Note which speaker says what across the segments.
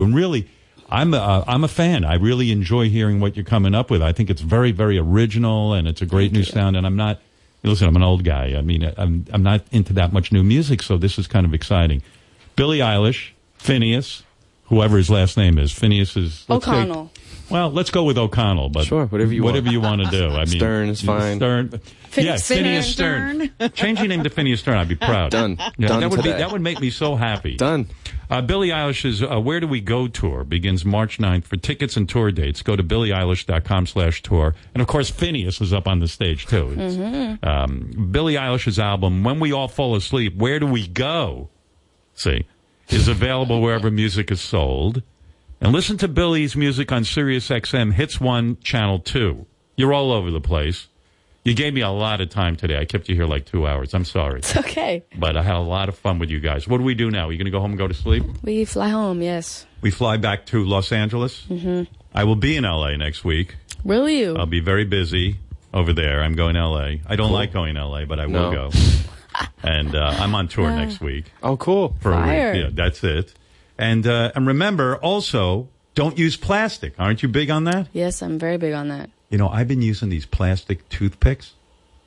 Speaker 1: and really, I'm a, uh, I'm a fan. I really enjoy hearing what you're coming up with. I think it's very, very original, and it's a great new sound. And I'm not listen. I'm an old guy. I mean, I'm I'm not into that much new music, so this is kind of exciting. Billie Eilish, Phineas, whoever his last name is, Phineas is let's say-
Speaker 2: O'Connell.
Speaker 1: well, let's go with O'Connell, but
Speaker 3: Sure, whatever you want.
Speaker 1: whatever you want to do. I mean,
Speaker 3: Stern is fine.
Speaker 1: Stern, yeah, Phineas Stern. Change your name to Phineas Stern. I'd be proud.
Speaker 3: Done.
Speaker 1: Yeah,
Speaker 3: Done
Speaker 1: that would be
Speaker 3: today.
Speaker 1: that would make me so happy.
Speaker 3: Done.
Speaker 1: Uh, Billie Eilish's uh, Where Do We Go tour begins March 9th. For tickets and tour dates, go to billieeilish.com slash tour. And of course, Phineas is up on the stage too. It's,
Speaker 4: Mm-hmm.
Speaker 1: um, Billie Eilish's album, When We All Fall Asleep, Where Do We Go? See, is available wherever music is sold. And listen to Billie's music on Sirius XM, Hits 1, Channel 2. You're all over the place. You gave me a lot of time today. I kept you here like two hours. I'm sorry.
Speaker 2: It's okay.
Speaker 1: But I had a lot of fun with you guys. What do we do now? Are you going to go home and go to sleep?
Speaker 2: We fly home, yes.
Speaker 1: We fly back to Los Angeles. Mm-hmm. I will be in LA next week.
Speaker 2: Will you?
Speaker 1: I'll be very busy over there. I'm going to LA. I don't like going to LA, but I will
Speaker 3: No.
Speaker 1: go. and uh, I'm on tour next week
Speaker 3: Oh, cool.
Speaker 1: for
Speaker 2: Fire.
Speaker 1: a week. Yeah, that's it. And uh, and remember also, don't use plastic. Aren't you big on that?
Speaker 2: yes, I'm very big on that.
Speaker 1: You know, I've been using these plastic toothpicks,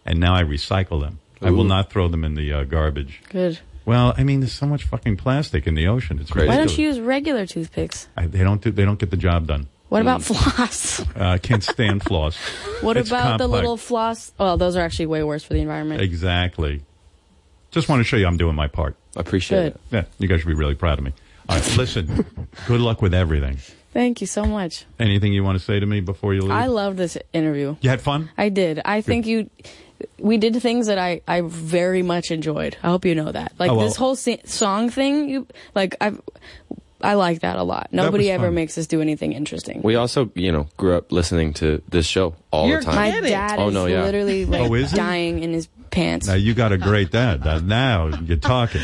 Speaker 1: and now I recycle them. I will
Speaker 3: Ooh.
Speaker 1: not throw them in the uh, garbage.
Speaker 2: Good.
Speaker 1: Well, I mean, there's so much fucking plastic in the ocean. It's
Speaker 3: Crazy.
Speaker 2: Why
Speaker 1: ridiculous.
Speaker 2: don't you use regular toothpicks?
Speaker 1: I, they don't do, they don't get the job done.
Speaker 2: What about floss?
Speaker 1: Uh, can't stand floss.
Speaker 2: What
Speaker 1: Mm. It's
Speaker 2: about the
Speaker 1: complex.
Speaker 2: little floss? Well, those are actually way worse for the environment.
Speaker 1: Exactly. Just want to show you I'm doing my part.
Speaker 3: I appreciate
Speaker 2: Good.
Speaker 3: it.
Speaker 1: Yeah, you guys should be really proud of me. All right, listen. good luck with everything.
Speaker 2: Thank you so much.
Speaker 1: Anything you want to say to me before you leave?
Speaker 2: I love this interview.
Speaker 1: you had fun.
Speaker 2: I did. I think you. We did things that I, I very much enjoyed. I hope you know that. Like
Speaker 1: Oh, well.
Speaker 2: this whole si- song thing, you like I I like that a lot. Nobody ever
Speaker 1: fun.
Speaker 2: makes us do anything interesting.
Speaker 3: We also, you know, grew up listening to this show all
Speaker 5: You're
Speaker 3: the time.
Speaker 2: My
Speaker 5: Get it.
Speaker 2: dad
Speaker 3: Oh,
Speaker 2: is
Speaker 3: no, yeah.
Speaker 2: literally like
Speaker 1: Oh, is he?
Speaker 2: dying in his pants.
Speaker 1: Now you got a great dad. Now, now you're talking.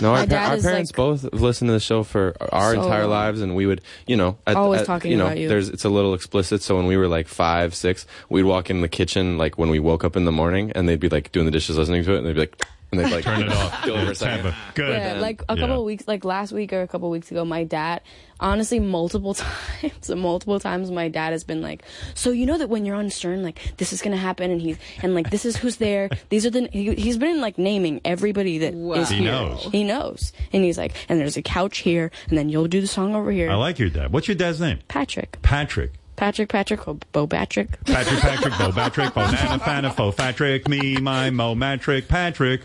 Speaker 3: No, our,
Speaker 2: dad
Speaker 3: par- our
Speaker 2: is,
Speaker 3: parents
Speaker 2: like-
Speaker 3: both have listened to the show for our
Speaker 2: So
Speaker 3: entire
Speaker 2: long.
Speaker 3: lives, and we would, you know, at,
Speaker 2: Always
Speaker 3: at-
Speaker 2: talking
Speaker 3: you know,
Speaker 2: about you.
Speaker 3: there's it's a little explicit. So when we were like five, six, we'd walk in the kitchen like when we woke up in the morning, and they'd be like doing the dishes, listening to it, and they'd be like, and they'd like
Speaker 1: Turn it off.
Speaker 3: Go over a
Speaker 1: Have
Speaker 3: second.
Speaker 1: a good.
Speaker 2: Yeah, like a
Speaker 1: Yeah.
Speaker 2: couple of weeks, like last week or a couple of weeks ago, my dad, honestly, multiple times, multiple times, my dad has been like, "So you know that when you're on Stern, like this is gonna happen," and he's and like this is who's there. These are the he, he's been like naming everybody that is
Speaker 5: Wow. He
Speaker 2: here.
Speaker 1: knows.
Speaker 2: He knows, and he's like, "And there's a couch here, and then you'll do the song over here."
Speaker 1: I like your dad. What's your dad's name?
Speaker 2: Patrick,
Speaker 1: Patrick.
Speaker 2: Patrick, Patrick, oh, Bo Patrick.
Speaker 1: Patrick, Patrick, Bo, Patrick, Bo, Nana, Fana, Fo, Patrick, me, my, Mo, Matrick, Patrick.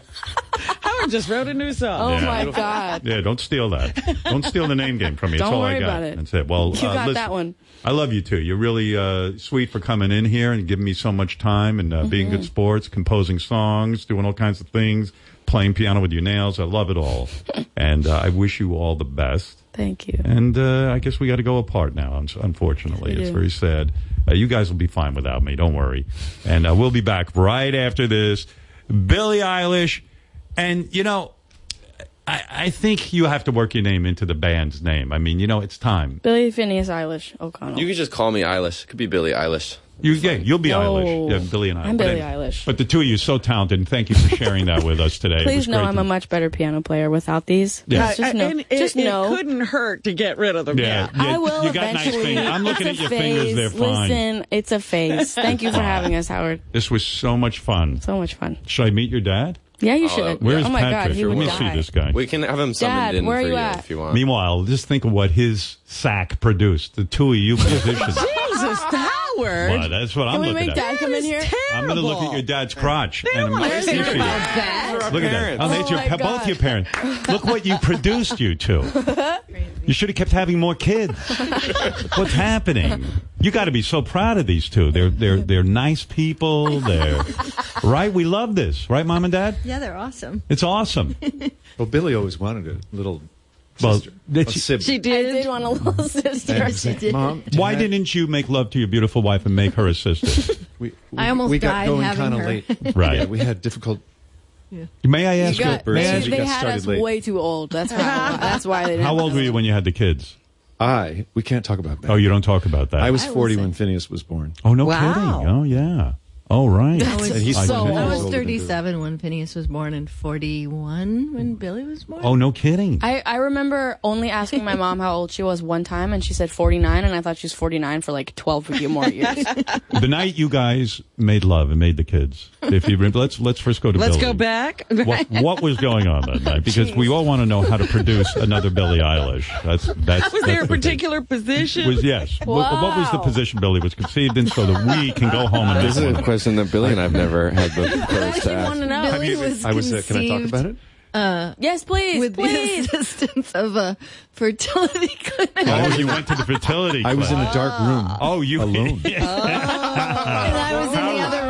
Speaker 5: Howard just wrote a new song.
Speaker 2: Oh
Speaker 1: Yeah.
Speaker 2: my God.
Speaker 1: Yeah, don't steal that. Don't steal the name game from me. That's
Speaker 2: Don't
Speaker 1: all I
Speaker 2: worry
Speaker 1: got.
Speaker 2: about it.
Speaker 1: That's it. Well,
Speaker 2: You
Speaker 1: uh,
Speaker 2: got
Speaker 1: listen,
Speaker 2: that one.
Speaker 1: I love you too. You're really uh, sweet for coming in here and giving me so much time and uh,
Speaker 2: Mm-hmm.
Speaker 1: being good sports, composing songs, doing all kinds of things, playing piano with your nails. I love it all, and uh, I wish you all the best.
Speaker 2: Thank you.
Speaker 1: And uh, I guess we got to go apart now. un- Unfortunately,
Speaker 2: We
Speaker 1: it's
Speaker 2: do.
Speaker 1: very sad. Uh, you guys will be fine without me. Don't worry. And uh, we'll be back right after this. Billie Eilish, and you know, I, I think you have to work your name into the band's name. I mean, you know, it's time.
Speaker 2: Billy Phineas Eilish Oh, O'Connell.
Speaker 3: You could just call me Eilish. It could be Billie Eilish.
Speaker 1: You, yeah, you'll be
Speaker 2: No.
Speaker 1: Eilish. Yeah, Billie and I.
Speaker 2: Oh. I'm
Speaker 1: But
Speaker 2: Billie
Speaker 1: anyway.
Speaker 2: Eilish.
Speaker 1: But the two of you, are so talented. And thank you for sharing that with us today. It was
Speaker 2: Please know
Speaker 1: great
Speaker 2: I'm
Speaker 1: to-
Speaker 2: a much better piano player without these.
Speaker 1: Yeah.
Speaker 4: Uh,
Speaker 2: Just, just
Speaker 5: I-
Speaker 2: know.
Speaker 5: Uh, and it,
Speaker 2: just
Speaker 5: it
Speaker 2: know.
Speaker 5: couldn't hurt to get rid of them.
Speaker 1: Yeah,
Speaker 2: I
Speaker 1: yeah,
Speaker 2: will
Speaker 1: you got nice
Speaker 2: eventually.
Speaker 1: fingers. I'm looking
Speaker 2: It's a
Speaker 1: at your fingers,
Speaker 2: phase.
Speaker 1: they're fine.
Speaker 2: Listen, it's a phase. Thank you for having us, Howard.
Speaker 1: This was so much fun.
Speaker 2: So much fun.
Speaker 1: Should I meet your dad?
Speaker 2: Yeah, you should.
Speaker 3: that-
Speaker 1: Where's
Speaker 2: oh my
Speaker 1: Patrick?
Speaker 2: God, he
Speaker 1: Let
Speaker 2: would
Speaker 1: me
Speaker 2: die.
Speaker 1: see this guy.
Speaker 3: We can have him summoned
Speaker 2: Dad,
Speaker 3: in
Speaker 2: where
Speaker 3: for
Speaker 2: are you
Speaker 3: you
Speaker 2: at?
Speaker 3: if you want.
Speaker 1: Meanwhile, just think of what his sack produced. The two of you musicians.
Speaker 5: Jesus, Howard.
Speaker 1: Wow, that's what I'm
Speaker 2: Can we
Speaker 1: looking
Speaker 2: make
Speaker 1: at.
Speaker 2: Dad come in
Speaker 5: is
Speaker 2: here?
Speaker 5: terrible.
Speaker 1: I'm going to look at your dad's crotch
Speaker 5: I
Speaker 1: and
Speaker 5: don't want to
Speaker 1: my
Speaker 5: hear
Speaker 1: teeth.
Speaker 5: about that.
Speaker 1: Look at that.
Speaker 3: parents.
Speaker 1: Oh, that's
Speaker 2: Oh,
Speaker 1: your,
Speaker 2: my
Speaker 1: both
Speaker 2: God.
Speaker 1: your parents. Look what you produced, you two. You should have kept having more kids. What's happening? You got to be so proud of these two. They're they're they're nice people. They're right. We love this, right, mom and dad?
Speaker 6: Yeah, they're awesome.
Speaker 1: It's awesome.
Speaker 4: Well, Billy always wanted a little
Speaker 1: Well,
Speaker 4: sister,
Speaker 1: that's-
Speaker 4: a sibling.
Speaker 5: She
Speaker 2: I
Speaker 5: did.
Speaker 2: did want a little sister.
Speaker 4: And it's like, Mom,
Speaker 1: Why
Speaker 4: tonight
Speaker 1: didn't you make love to your beautiful wife and make her a sister?
Speaker 4: we, we,
Speaker 6: I almost
Speaker 4: we
Speaker 6: died
Speaker 4: got going
Speaker 6: having
Speaker 4: kinda
Speaker 6: her.
Speaker 4: late?
Speaker 1: Right.
Speaker 4: Yeah, we had difficult.
Speaker 1: May I
Speaker 2: You
Speaker 1: ask?
Speaker 2: got,
Speaker 4: birth
Speaker 2: they,
Speaker 4: since you
Speaker 2: they
Speaker 4: got
Speaker 2: had
Speaker 4: started
Speaker 2: us
Speaker 4: late.
Speaker 2: way too old. That's why. that's why they didn't.
Speaker 1: How old were you when you had the kids?
Speaker 4: I we can't talk about that.
Speaker 1: Oh, you don't talk about that.
Speaker 4: I was
Speaker 6: I
Speaker 4: forty
Speaker 6: wasn't.
Speaker 4: when Phineas was born.
Speaker 1: Oh no
Speaker 5: Wow.
Speaker 1: kidding! Oh yeah. Oh, right.
Speaker 2: I was
Speaker 1: And he's
Speaker 2: so
Speaker 1: like,
Speaker 2: old.
Speaker 6: I
Speaker 4: older
Speaker 6: was
Speaker 4: than
Speaker 6: 37 when Phineas was born, and 41 when Billy was born.
Speaker 1: Oh, no kidding.
Speaker 2: I, I remember only asking my mom how old she was one time, and she said 49, and I thought she was 49 for like 12 or more years.
Speaker 1: the night you guys made love and made the kids. If you rem- let's let's first go to
Speaker 5: Let's
Speaker 1: Billy.
Speaker 5: go back.
Speaker 1: What, what was going on that night? Because we all want to know how to produce another Billie Eilish. That's that's.
Speaker 5: Was
Speaker 1: that's
Speaker 5: there a
Speaker 1: the big-
Speaker 5: particular position?
Speaker 1: Was yes. What, what was the
Speaker 2: Wow.
Speaker 1: position Billy was conceived in, so that we can go home and
Speaker 3: This
Speaker 1: do
Speaker 3: is a
Speaker 1: one?
Speaker 3: question that Billy and I've never had the courage to ask.
Speaker 2: know.
Speaker 6: Billy was
Speaker 4: I was. Uh, can I talk
Speaker 6: conceived
Speaker 4: about it?
Speaker 2: Yes, please,
Speaker 6: uh, With
Speaker 2: please.
Speaker 6: the assistance of a fertility clinic.
Speaker 1: Oh, you went to the fertility.
Speaker 4: I was in
Speaker 1: clinic.
Speaker 4: a dark room.
Speaker 1: Oh, you
Speaker 4: alone.
Speaker 6: and I was in the other room.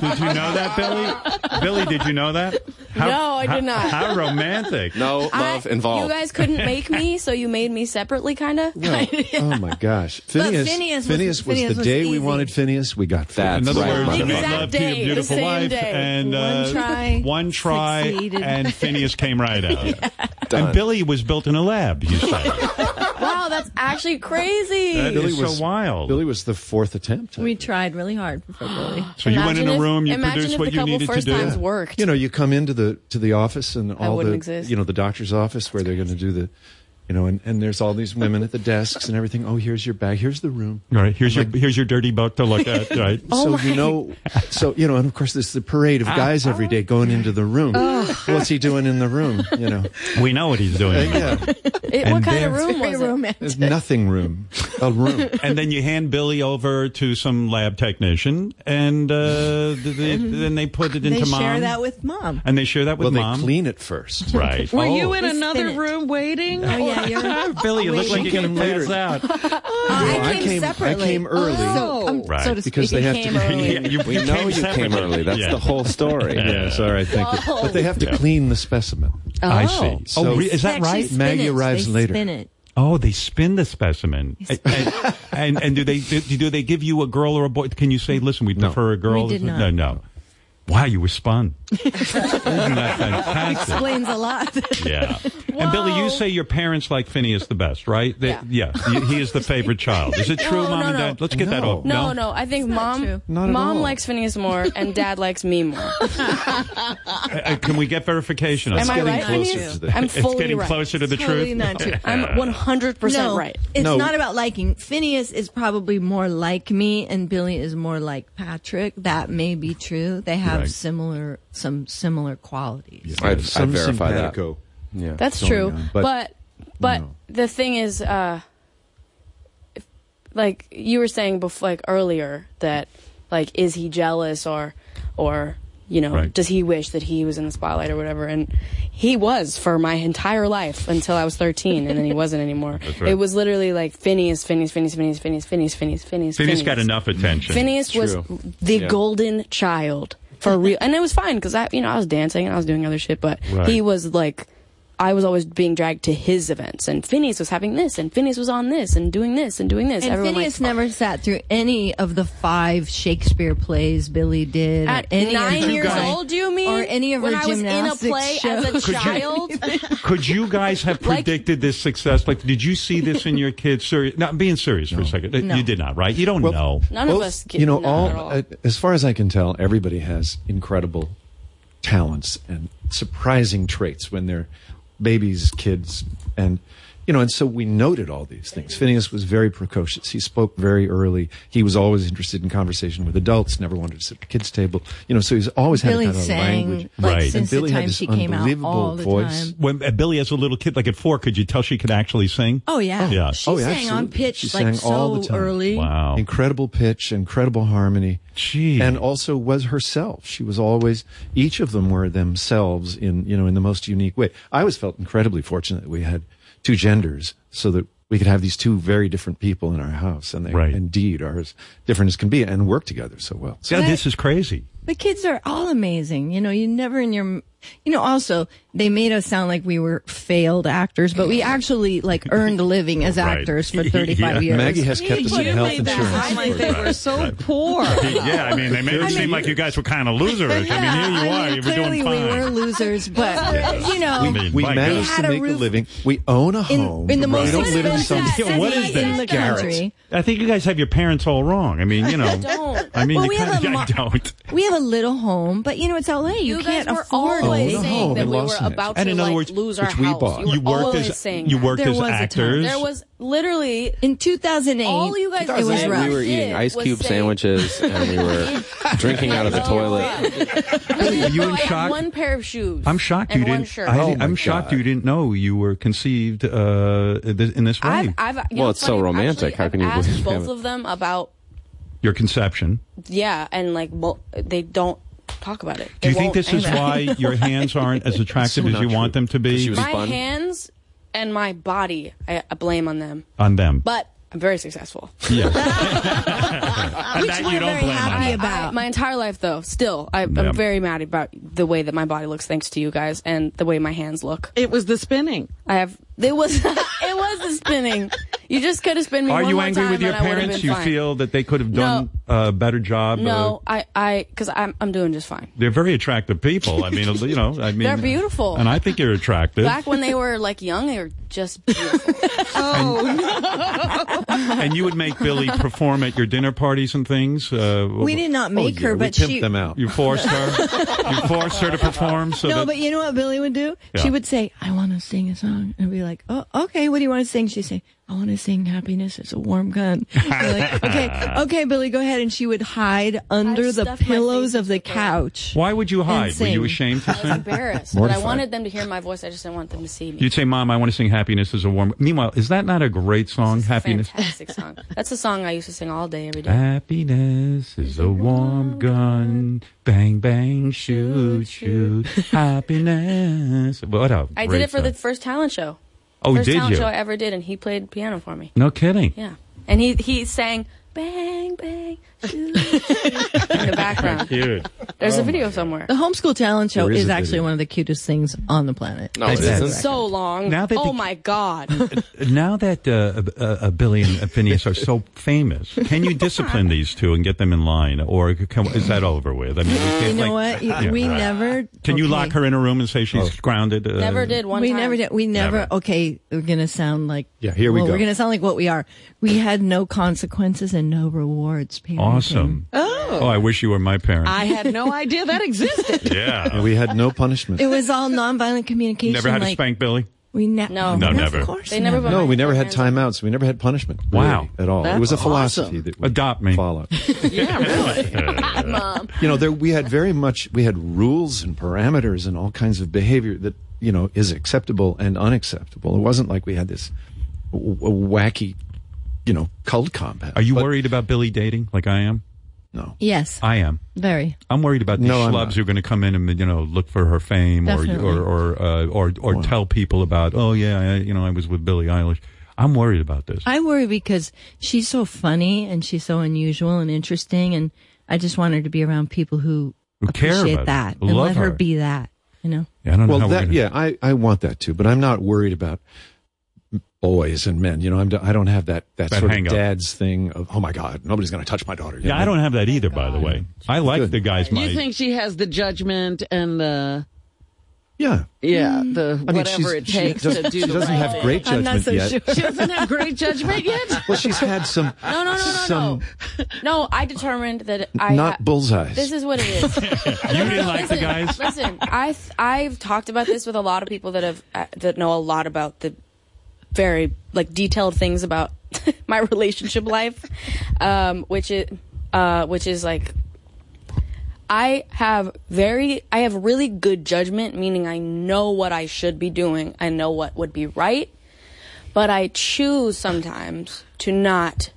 Speaker 1: Did you know that, Billy? Billy, did you know that? How,
Speaker 2: No, I did
Speaker 1: how-
Speaker 2: not.
Speaker 1: How romantic.
Speaker 3: No love
Speaker 2: I-
Speaker 3: involved.
Speaker 2: You guys couldn't make me, so you made me separately, kind of.
Speaker 4: No. Oh my gosh, Phineas!
Speaker 6: Phineas was-
Speaker 4: Phineas was,
Speaker 6: Phineas
Speaker 4: the
Speaker 6: was
Speaker 4: day we
Speaker 6: easy.
Speaker 4: wanted Phineas. We got
Speaker 3: That's
Speaker 1: In
Speaker 4: Phineas.
Speaker 1: other
Speaker 3: right,
Speaker 1: words, you
Speaker 3: motherfucker.
Speaker 1: made
Speaker 2: Exact
Speaker 1: love to
Speaker 2: day,
Speaker 1: your
Speaker 2: the
Speaker 1: beautiful
Speaker 2: same
Speaker 1: wife,
Speaker 2: day.
Speaker 1: and
Speaker 6: One
Speaker 1: uh,
Speaker 6: try,
Speaker 1: one try,
Speaker 6: succeeded.
Speaker 1: and Phineas came right out.
Speaker 3: Done.
Speaker 1: And Billy was built in a lab. You say
Speaker 2: Wow, that's actually crazy.
Speaker 1: That
Speaker 4: Billy
Speaker 1: is so
Speaker 4: was
Speaker 1: wild.
Speaker 4: Billy was the fourth attempt.
Speaker 6: We tried really hard before Billy.
Speaker 1: so you went in
Speaker 2: Imagine
Speaker 1: a
Speaker 2: if-
Speaker 1: room, you
Speaker 2: imagine
Speaker 1: produced
Speaker 2: if
Speaker 1: what
Speaker 2: the
Speaker 1: you
Speaker 2: couple
Speaker 1: needed to
Speaker 2: first
Speaker 1: do.
Speaker 2: times worked.
Speaker 4: You know, you come into the to the office and all the
Speaker 2: wouldn't exist.
Speaker 4: you know the doctor's office where they're going to do the, you know, and, and there's all these women at the desks and everything. Oh, here's your bag. Here's the room.
Speaker 1: All right, here's your here's your dirty book to look at. Right.
Speaker 4: so
Speaker 2: Oh
Speaker 4: you know, so you know, and of course there's the parade
Speaker 2: Ah.
Speaker 4: of guys every day going into the room. What's he doing in the room? You know, Uh,
Speaker 1: We know what he's doing.
Speaker 4: yeah,
Speaker 2: It- what
Speaker 1: And
Speaker 2: kind of
Speaker 1: there-
Speaker 2: room
Speaker 6: Very
Speaker 2: was it?
Speaker 6: romantic.
Speaker 4: there's nothing room, a room.
Speaker 1: And then you hand Billy over to some lab technician, and uh, th- they, then they put it into
Speaker 6: They
Speaker 1: mom.
Speaker 6: share that with mom.
Speaker 1: and they share that
Speaker 4: Well,
Speaker 1: with
Speaker 4: they
Speaker 1: mom.
Speaker 4: clean it first.
Speaker 1: Right.
Speaker 5: Were
Speaker 1: oh.
Speaker 5: you in
Speaker 6: We spin
Speaker 5: another
Speaker 6: it.
Speaker 5: room waiting?
Speaker 6: Oh yeah, you're.
Speaker 1: Billy, you look
Speaker 6: Wait.
Speaker 1: like you're going to pass out.
Speaker 2: Uh,
Speaker 6: I
Speaker 4: I
Speaker 6: came,
Speaker 4: came- I
Speaker 6: separately.
Speaker 4: came early.
Speaker 6: So, um,
Speaker 1: Right.
Speaker 6: so to
Speaker 4: Because
Speaker 6: speak.
Speaker 4: they have
Speaker 2: came
Speaker 4: to
Speaker 2: early.
Speaker 4: clean.
Speaker 1: Yeah, you,
Speaker 3: We
Speaker 1: you
Speaker 3: know you came
Speaker 1: separately.
Speaker 3: early. That's
Speaker 1: Yeah.
Speaker 3: the whole story.
Speaker 4: Yes, all right, thank you. But they have to
Speaker 1: Yeah.
Speaker 4: clean the specimen.
Speaker 1: I see.
Speaker 4: So-
Speaker 1: oh, re- is
Speaker 6: They
Speaker 1: that
Speaker 6: actually
Speaker 1: right?
Speaker 6: spin
Speaker 4: Maggie
Speaker 6: it.
Speaker 4: arrives
Speaker 6: They
Speaker 4: later.
Speaker 6: Spin it.
Speaker 1: Oh, they spin the specimen, and, and, and, and do they do, do they give you a girl or a boy? Can you say, listen, we prefer a girl?
Speaker 6: We did
Speaker 1: No,
Speaker 6: not.
Speaker 1: no. Wow, you were spun. Isn't that fantastic?
Speaker 6: Explains a lot.
Speaker 1: Yeah. And Billy, you say your parents like Phineas the best, right? They, yeah. He- He is the favorite child. Oh, Is it true,
Speaker 2: No,
Speaker 1: mom
Speaker 2: no,
Speaker 1: and
Speaker 2: no.
Speaker 1: dad? Let's get that
Speaker 4: No.
Speaker 1: off.
Speaker 2: No, no, I think mom
Speaker 6: true.
Speaker 4: Not at
Speaker 2: mom
Speaker 4: all.
Speaker 2: likes Phineas more and dad likes me more.
Speaker 1: Uh, uh, can we get verification? on
Speaker 2: Am I
Speaker 1: that?
Speaker 2: right,
Speaker 4: closer
Speaker 2: Phineas?
Speaker 4: to the-
Speaker 2: I'm
Speaker 1: It's
Speaker 2: fully
Speaker 1: getting
Speaker 2: right.
Speaker 1: closer to the
Speaker 6: Totally
Speaker 1: truth.
Speaker 6: not true.
Speaker 2: I'm 100%
Speaker 6: no,
Speaker 2: right.
Speaker 6: It's
Speaker 4: No.
Speaker 6: not about liking. Phineas is probably more like me, and Billy is more like Patrick. That may be true. They have
Speaker 1: Right.
Speaker 6: similar, some similar qualities.
Speaker 3: I'd, I'd
Speaker 4: Some
Speaker 3: verify that.
Speaker 4: simpatico.
Speaker 3: Yeah.
Speaker 2: That's
Speaker 4: going
Speaker 2: true.
Speaker 4: on,
Speaker 2: But
Speaker 4: but-
Speaker 2: but,
Speaker 4: No.
Speaker 2: the thing is, uh, if- like you were saying before, like earlier, that like is he jealous or or you know
Speaker 1: Right.
Speaker 2: does he wish that he was in the spotlight or whatever? And he was for my entire life until I was thirteen, and then he wasn't anymore.
Speaker 1: right.
Speaker 2: It was literally like Phineas, Phineas, Phineas, Phineas, Phineas, Phineas, Phineas, Phineas.
Speaker 1: Phineas got enough attention.
Speaker 2: Phineas was
Speaker 3: True.
Speaker 2: the
Speaker 3: Yeah.
Speaker 2: golden child for real, and it was fine because I, you know, I was dancing and I was doing other shit, but
Speaker 1: Right.
Speaker 2: he was like, I was always being dragged to his events, and Phineas was having this, and Phineas was on this, and doing this, and doing this.
Speaker 6: And
Speaker 2: Everyone
Speaker 6: Phineas
Speaker 2: like,
Speaker 6: never sat through any of the five Shakespeare plays Billy did. or
Speaker 2: at
Speaker 6: any of
Speaker 2: nine
Speaker 6: her
Speaker 2: years
Speaker 6: five-
Speaker 2: old, do you mean?
Speaker 6: Or any of her
Speaker 2: when I was in a
Speaker 6: gymnastics
Speaker 2: play
Speaker 6: shows.
Speaker 2: as a
Speaker 1: you-
Speaker 2: child?
Speaker 1: Could you guys have
Speaker 2: Like-
Speaker 1: predicted this success? Like, did you see this in your kids? Serious? Not being serious for a second. You did not, right? You don't know.
Speaker 2: None of
Speaker 4: Both-
Speaker 2: us, get,
Speaker 4: you know,
Speaker 2: no,
Speaker 4: all,
Speaker 2: not at all.
Speaker 4: uh, as far as I can tell, everybody has incredible talents and surprising traits when they're babies, kids, and you know. And so we noted all these things. Phineas was very precocious. He spoke very early. He was always interested in conversation with adults. Never wanted to sit at the kids' table. You know, so he's always had
Speaker 6: Billy
Speaker 4: a kind of
Speaker 6: sang
Speaker 4: language.
Speaker 6: like
Speaker 1: Right.
Speaker 6: since
Speaker 1: And
Speaker 4: Billy
Speaker 6: the
Speaker 4: had
Speaker 6: time
Speaker 4: this
Speaker 6: she came out
Speaker 4: unbelievable
Speaker 6: all the
Speaker 4: voice.
Speaker 6: time.
Speaker 1: When uh, Billy, as a little kid, like at four, could you tell she could actually sing?
Speaker 6: Oh yeah.
Speaker 1: Yeah.
Speaker 6: She
Speaker 4: Oh, yeah,
Speaker 6: sang on
Speaker 4: absolutely.
Speaker 6: pitch
Speaker 4: She
Speaker 6: like
Speaker 4: sang
Speaker 6: so
Speaker 4: all the time.
Speaker 6: early.
Speaker 1: Wow.
Speaker 4: Incredible pitch, incredible harmony.
Speaker 1: Gee.
Speaker 4: And also was herself. She was always each of them were themselves in, you know, in the most unique way. I always felt incredibly fortunate that we had two genders so that we could have these two very different people in our house and they
Speaker 1: Right.
Speaker 4: indeed are as different as can be and work together so well. So
Speaker 1: Yeah, this is crazy.
Speaker 6: The kids are all amazing. You know, you never in your, you know, also they made us sound like we were failed actors, but we actually like earned a living as
Speaker 1: Right.
Speaker 6: actors for 35 years.
Speaker 4: Maggie has kept us in
Speaker 5: You
Speaker 4: health
Speaker 5: made that
Speaker 4: insurance.
Speaker 5: sound like they were so poor.
Speaker 1: yeah, I mean, they made it seem like you guys were kind of losers. I mean, here you
Speaker 6: I
Speaker 1: are.
Speaker 6: mean,
Speaker 1: you were
Speaker 6: clearly
Speaker 1: doing fine.
Speaker 6: we were losers, but you know,
Speaker 1: I mean,
Speaker 4: We
Speaker 1: my
Speaker 4: managed
Speaker 1: God.
Speaker 6: Had
Speaker 4: to
Speaker 6: a
Speaker 4: make a
Speaker 6: roof-
Speaker 4: living. We own a home.
Speaker 6: in the
Speaker 4: we
Speaker 6: most
Speaker 4: don't live in
Speaker 6: expensive
Speaker 4: some
Speaker 6: city
Speaker 1: Yeah, what is
Speaker 6: in the
Speaker 1: that?
Speaker 6: country.
Speaker 1: I think you guys have your parents all wrong. I mean, you know.
Speaker 2: don't.
Speaker 1: I mean,
Speaker 6: Well,
Speaker 1: you
Speaker 6: we
Speaker 1: kinda,
Speaker 6: have a
Speaker 1: I
Speaker 6: mo-
Speaker 1: don't.
Speaker 6: We have a little home, but you know it's LA. You,
Speaker 2: You guys
Speaker 6: can't
Speaker 2: were
Speaker 6: afford
Speaker 2: always
Speaker 6: it.
Speaker 4: Oh, no.
Speaker 2: saying that
Speaker 4: in
Speaker 2: we were
Speaker 4: Los Angeles.
Speaker 2: about
Speaker 1: And
Speaker 2: to
Speaker 1: in other
Speaker 2: like
Speaker 1: words,
Speaker 2: lose our
Speaker 4: which we
Speaker 2: house.
Speaker 4: bought.
Speaker 2: You,
Speaker 1: You
Speaker 2: were
Speaker 1: worked
Speaker 2: always
Speaker 1: as
Speaker 2: saying
Speaker 1: you
Speaker 2: that.
Speaker 1: worked
Speaker 6: There
Speaker 1: as
Speaker 6: was a time.
Speaker 1: actors.
Speaker 2: There was literally
Speaker 6: in 2008.
Speaker 2: all you guys.
Speaker 6: it was
Speaker 2: ever
Speaker 6: rough.
Speaker 3: we were
Speaker 2: did
Speaker 3: eating ice
Speaker 2: was
Speaker 3: cube
Speaker 2: say-
Speaker 3: sandwiches and we were drinking out of the toilet.
Speaker 1: Were you in
Speaker 2: No, I had
Speaker 1: shock?
Speaker 2: One pair of shoes.
Speaker 1: I'm shocked
Speaker 2: and
Speaker 1: you
Speaker 2: one
Speaker 1: didn't.
Speaker 2: Shirt.
Speaker 1: I,
Speaker 4: Oh
Speaker 1: didn't-
Speaker 4: my
Speaker 1: I'm shocked
Speaker 4: God.
Speaker 1: you didn't know you were conceived uh, th- in this way.
Speaker 2: I've, I've, you know,
Speaker 3: Well, it's so
Speaker 2: funny,
Speaker 3: romantic.
Speaker 2: actually,
Speaker 3: How can you
Speaker 2: I've
Speaker 3: believe
Speaker 2: asked both
Speaker 3: it?
Speaker 2: of them about
Speaker 1: Your conception.
Speaker 2: yeah, and like bo- they don't talk about it.
Speaker 1: Do
Speaker 2: They
Speaker 1: you think
Speaker 2: won't
Speaker 1: this is
Speaker 2: hang out.
Speaker 1: why your hands aren't as attractive
Speaker 4: So
Speaker 1: as
Speaker 4: not
Speaker 1: you
Speaker 4: true.
Speaker 1: want them to
Speaker 3: Because she
Speaker 1: be
Speaker 3: was-
Speaker 2: my
Speaker 3: fun?
Speaker 2: hands and my body? I, I blame on them,
Speaker 1: on them?
Speaker 2: but I'm very successul.
Speaker 1: yeah.
Speaker 6: which
Speaker 1: That you
Speaker 6: we're
Speaker 1: don't
Speaker 6: very
Speaker 1: blame
Speaker 6: happy
Speaker 1: on.
Speaker 6: about.
Speaker 2: my entire life, though, still, I,
Speaker 1: Yeah.
Speaker 2: I'm very mad about the way that my body looks, thanks to you guys, and the way my hands look.
Speaker 5: It was the spinning.
Speaker 2: I have. It was. it was the spinning. You just could have spun me.
Speaker 1: Are
Speaker 2: one
Speaker 1: you
Speaker 2: more
Speaker 1: angry
Speaker 2: time
Speaker 1: with your
Speaker 2: and I would've
Speaker 1: parents?
Speaker 2: been
Speaker 1: You
Speaker 2: fine.
Speaker 1: feel that they could have done a better job?
Speaker 2: No,
Speaker 1: uh,
Speaker 2: I, I, because I'm, I'm doing just fine.
Speaker 1: they're very attractive people. I mean, you know, I mean,
Speaker 2: They're beautiful.
Speaker 1: and I think you're attractive.
Speaker 2: Back when they were like young, they were just beautiful.
Speaker 1: and you would make Billy perform at your dinner parties and things. Uh,
Speaker 6: we did not
Speaker 4: Oh,
Speaker 6: make
Speaker 4: yeah,
Speaker 6: her,
Speaker 4: we
Speaker 6: but
Speaker 4: pimped
Speaker 6: she.
Speaker 4: them out.
Speaker 1: You forced her. you forced her to perform. So
Speaker 6: No,
Speaker 1: that,
Speaker 6: but you know what Billy would do?
Speaker 1: Yeah.
Speaker 6: She would say, "I want to sing a song," and I'd be like, "Oh, okay. What do you want to sing?" She'd say, "I want to sing Happiness is a Warm Gun." I'd be like, okay, okay, Billy, go ahead. And she would hide under
Speaker 2: I've
Speaker 6: the
Speaker 2: stuffed my
Speaker 6: pillows
Speaker 2: face
Speaker 6: of the
Speaker 2: into the-
Speaker 6: couch.
Speaker 1: why would you hide? Were you
Speaker 6: Insane.
Speaker 1: ashamed to
Speaker 2: I was
Speaker 1: sing?
Speaker 2: embarrassed, but
Speaker 4: Mortified.
Speaker 2: I wanted them to hear my voice. I just didn't want them to see me.
Speaker 1: You'd say, "Mom, I want to sing Happiness is a Warm." Meanwhile, is that not a great song?
Speaker 2: It's a
Speaker 1: Happiness.
Speaker 2: fantastic song. That's a song I used to sing all day, every
Speaker 1: Ah,
Speaker 2: day.
Speaker 1: Happiness is a warm gun. Bang bang shoot shoot. Happiness. What a
Speaker 2: I did
Speaker 1: great
Speaker 2: it for the
Speaker 1: song.
Speaker 2: first talent show.
Speaker 1: Oh,
Speaker 2: first
Speaker 1: did
Speaker 2: talent
Speaker 1: you?
Speaker 2: show I ever did, and he played piano for me.
Speaker 1: No kidding.
Speaker 2: Yeah, and he he sang bang bang shoot, shoot in the background.
Speaker 1: Cute.
Speaker 2: There's a video somewhere.
Speaker 6: The homeschool talent show
Speaker 4: There is
Speaker 6: is,
Speaker 4: a
Speaker 6: actually
Speaker 4: video.
Speaker 6: one of the cutest things on the planet.
Speaker 3: No, it
Speaker 1: bet.
Speaker 3: isn't.
Speaker 2: So long.
Speaker 1: Now that
Speaker 2: oh
Speaker 1: the-
Speaker 2: my god.
Speaker 1: Now that uh, uh, uh, Billy and uh, Phineas are so famous, can you discipline these two and get them in line, or can, is that over with? I mean, we can't,
Speaker 6: You know
Speaker 1: like-
Speaker 6: what? You-
Speaker 1: Yeah.
Speaker 6: We never.
Speaker 1: Can you
Speaker 6: okay.
Speaker 1: lock her in a room and say
Speaker 4: Oh.
Speaker 1: she's grounded? Uh,
Speaker 2: Never did one
Speaker 6: we
Speaker 2: time.
Speaker 6: never did. We never,
Speaker 1: Never.
Speaker 6: Okay, we're gonna sound like.
Speaker 4: Yeah, here we
Speaker 6: well,
Speaker 4: go.
Speaker 6: We're gonna sound like what we are. We had no consequences and no rewards. Parenting.
Speaker 1: Awesome. Oh. I wish you were my parent.
Speaker 5: I had no idea that existed.
Speaker 1: yeah.
Speaker 4: We had no punishment.
Speaker 6: It was all nonviolent communication.
Speaker 1: Never had to
Speaker 6: like,
Speaker 1: spank Billy.
Speaker 6: We ne-
Speaker 2: No.
Speaker 1: No, never.
Speaker 6: Of course
Speaker 2: They never
Speaker 6: not.
Speaker 2: put
Speaker 4: No,
Speaker 2: my
Speaker 4: we never had
Speaker 2: hands on-
Speaker 4: timeouts. We never had punishment.
Speaker 1: Wow.
Speaker 4: really, at all.
Speaker 5: That's
Speaker 4: it was a
Speaker 5: awesome.
Speaker 4: philosophy that we
Speaker 1: Adopt me.
Speaker 4: followed.
Speaker 5: yeah, really.
Speaker 2: Mom.
Speaker 4: you know, there we had very much we had rules and parameters and all kinds of behavior that you know is acceptable and unacceptable. It wasn't like we had this w- w- wacky, you know, cult compound.
Speaker 1: Are you
Speaker 4: But-
Speaker 1: worried about Billy dating like I am?
Speaker 4: No.
Speaker 6: Yes,
Speaker 1: I am.
Speaker 6: very.
Speaker 1: I'm worried about these
Speaker 4: No, I'm
Speaker 1: schlubs
Speaker 4: not.
Speaker 1: who are going to come in and you know look for her fame or
Speaker 6: Definitely.
Speaker 1: or or, uh, or or tell people about oh yeah I, you know I was with Billie Eilish. I'm worried about this.
Speaker 6: I worry because she's so funny and she's so unusual and interesting, and I just want her to be around people who,
Speaker 1: Who care
Speaker 6: appreciate
Speaker 1: about it,
Speaker 6: that
Speaker 1: who
Speaker 6: and
Speaker 1: love
Speaker 6: let her.
Speaker 1: her.
Speaker 6: be that. You know,
Speaker 1: Yeah, I don't know how
Speaker 4: Well,
Speaker 1: we're
Speaker 4: that
Speaker 1: gonna-
Speaker 4: yeah, I I want that too, but I'm not worried about boys and men. You know, I'm I don't have that that,
Speaker 1: That
Speaker 4: sort of
Speaker 1: hang-up.
Speaker 4: dad's thing of oh my god, nobody's going to touch my daughter. You
Speaker 1: Yeah,
Speaker 4: know?
Speaker 1: I don't have that either. By the way, I like
Speaker 4: Good.
Speaker 1: the guys. My
Speaker 5: You think she has the judgment and the
Speaker 4: Yeah.
Speaker 5: yeah the
Speaker 4: I mean, she's-
Speaker 5: whatever it
Speaker 4: she
Speaker 5: takes
Speaker 4: doesn't-
Speaker 5: to do
Speaker 4: She
Speaker 5: the
Speaker 4: doesn't
Speaker 5: right
Speaker 4: have
Speaker 5: thing.
Speaker 4: great
Speaker 6: I'm
Speaker 4: judgment
Speaker 6: not so
Speaker 4: yet.
Speaker 6: sure.
Speaker 5: She doesn't have great judgment yet.
Speaker 4: Well, she's had some.
Speaker 2: No, no, no, no,
Speaker 4: some,
Speaker 2: no. No, I determined that I
Speaker 4: Not
Speaker 2: ha-
Speaker 4: bullseyes.
Speaker 2: This is what it is.
Speaker 1: you didn't like the guys?
Speaker 2: Listen, I th- I've talked about this with a lot of people that have uh, that know a lot about the very like detailed things about my relationship life, um, which is uh, which is like I have very I have really good judgment, meaning I know what I should be doing. I know what would be right, but I choose sometimes to not.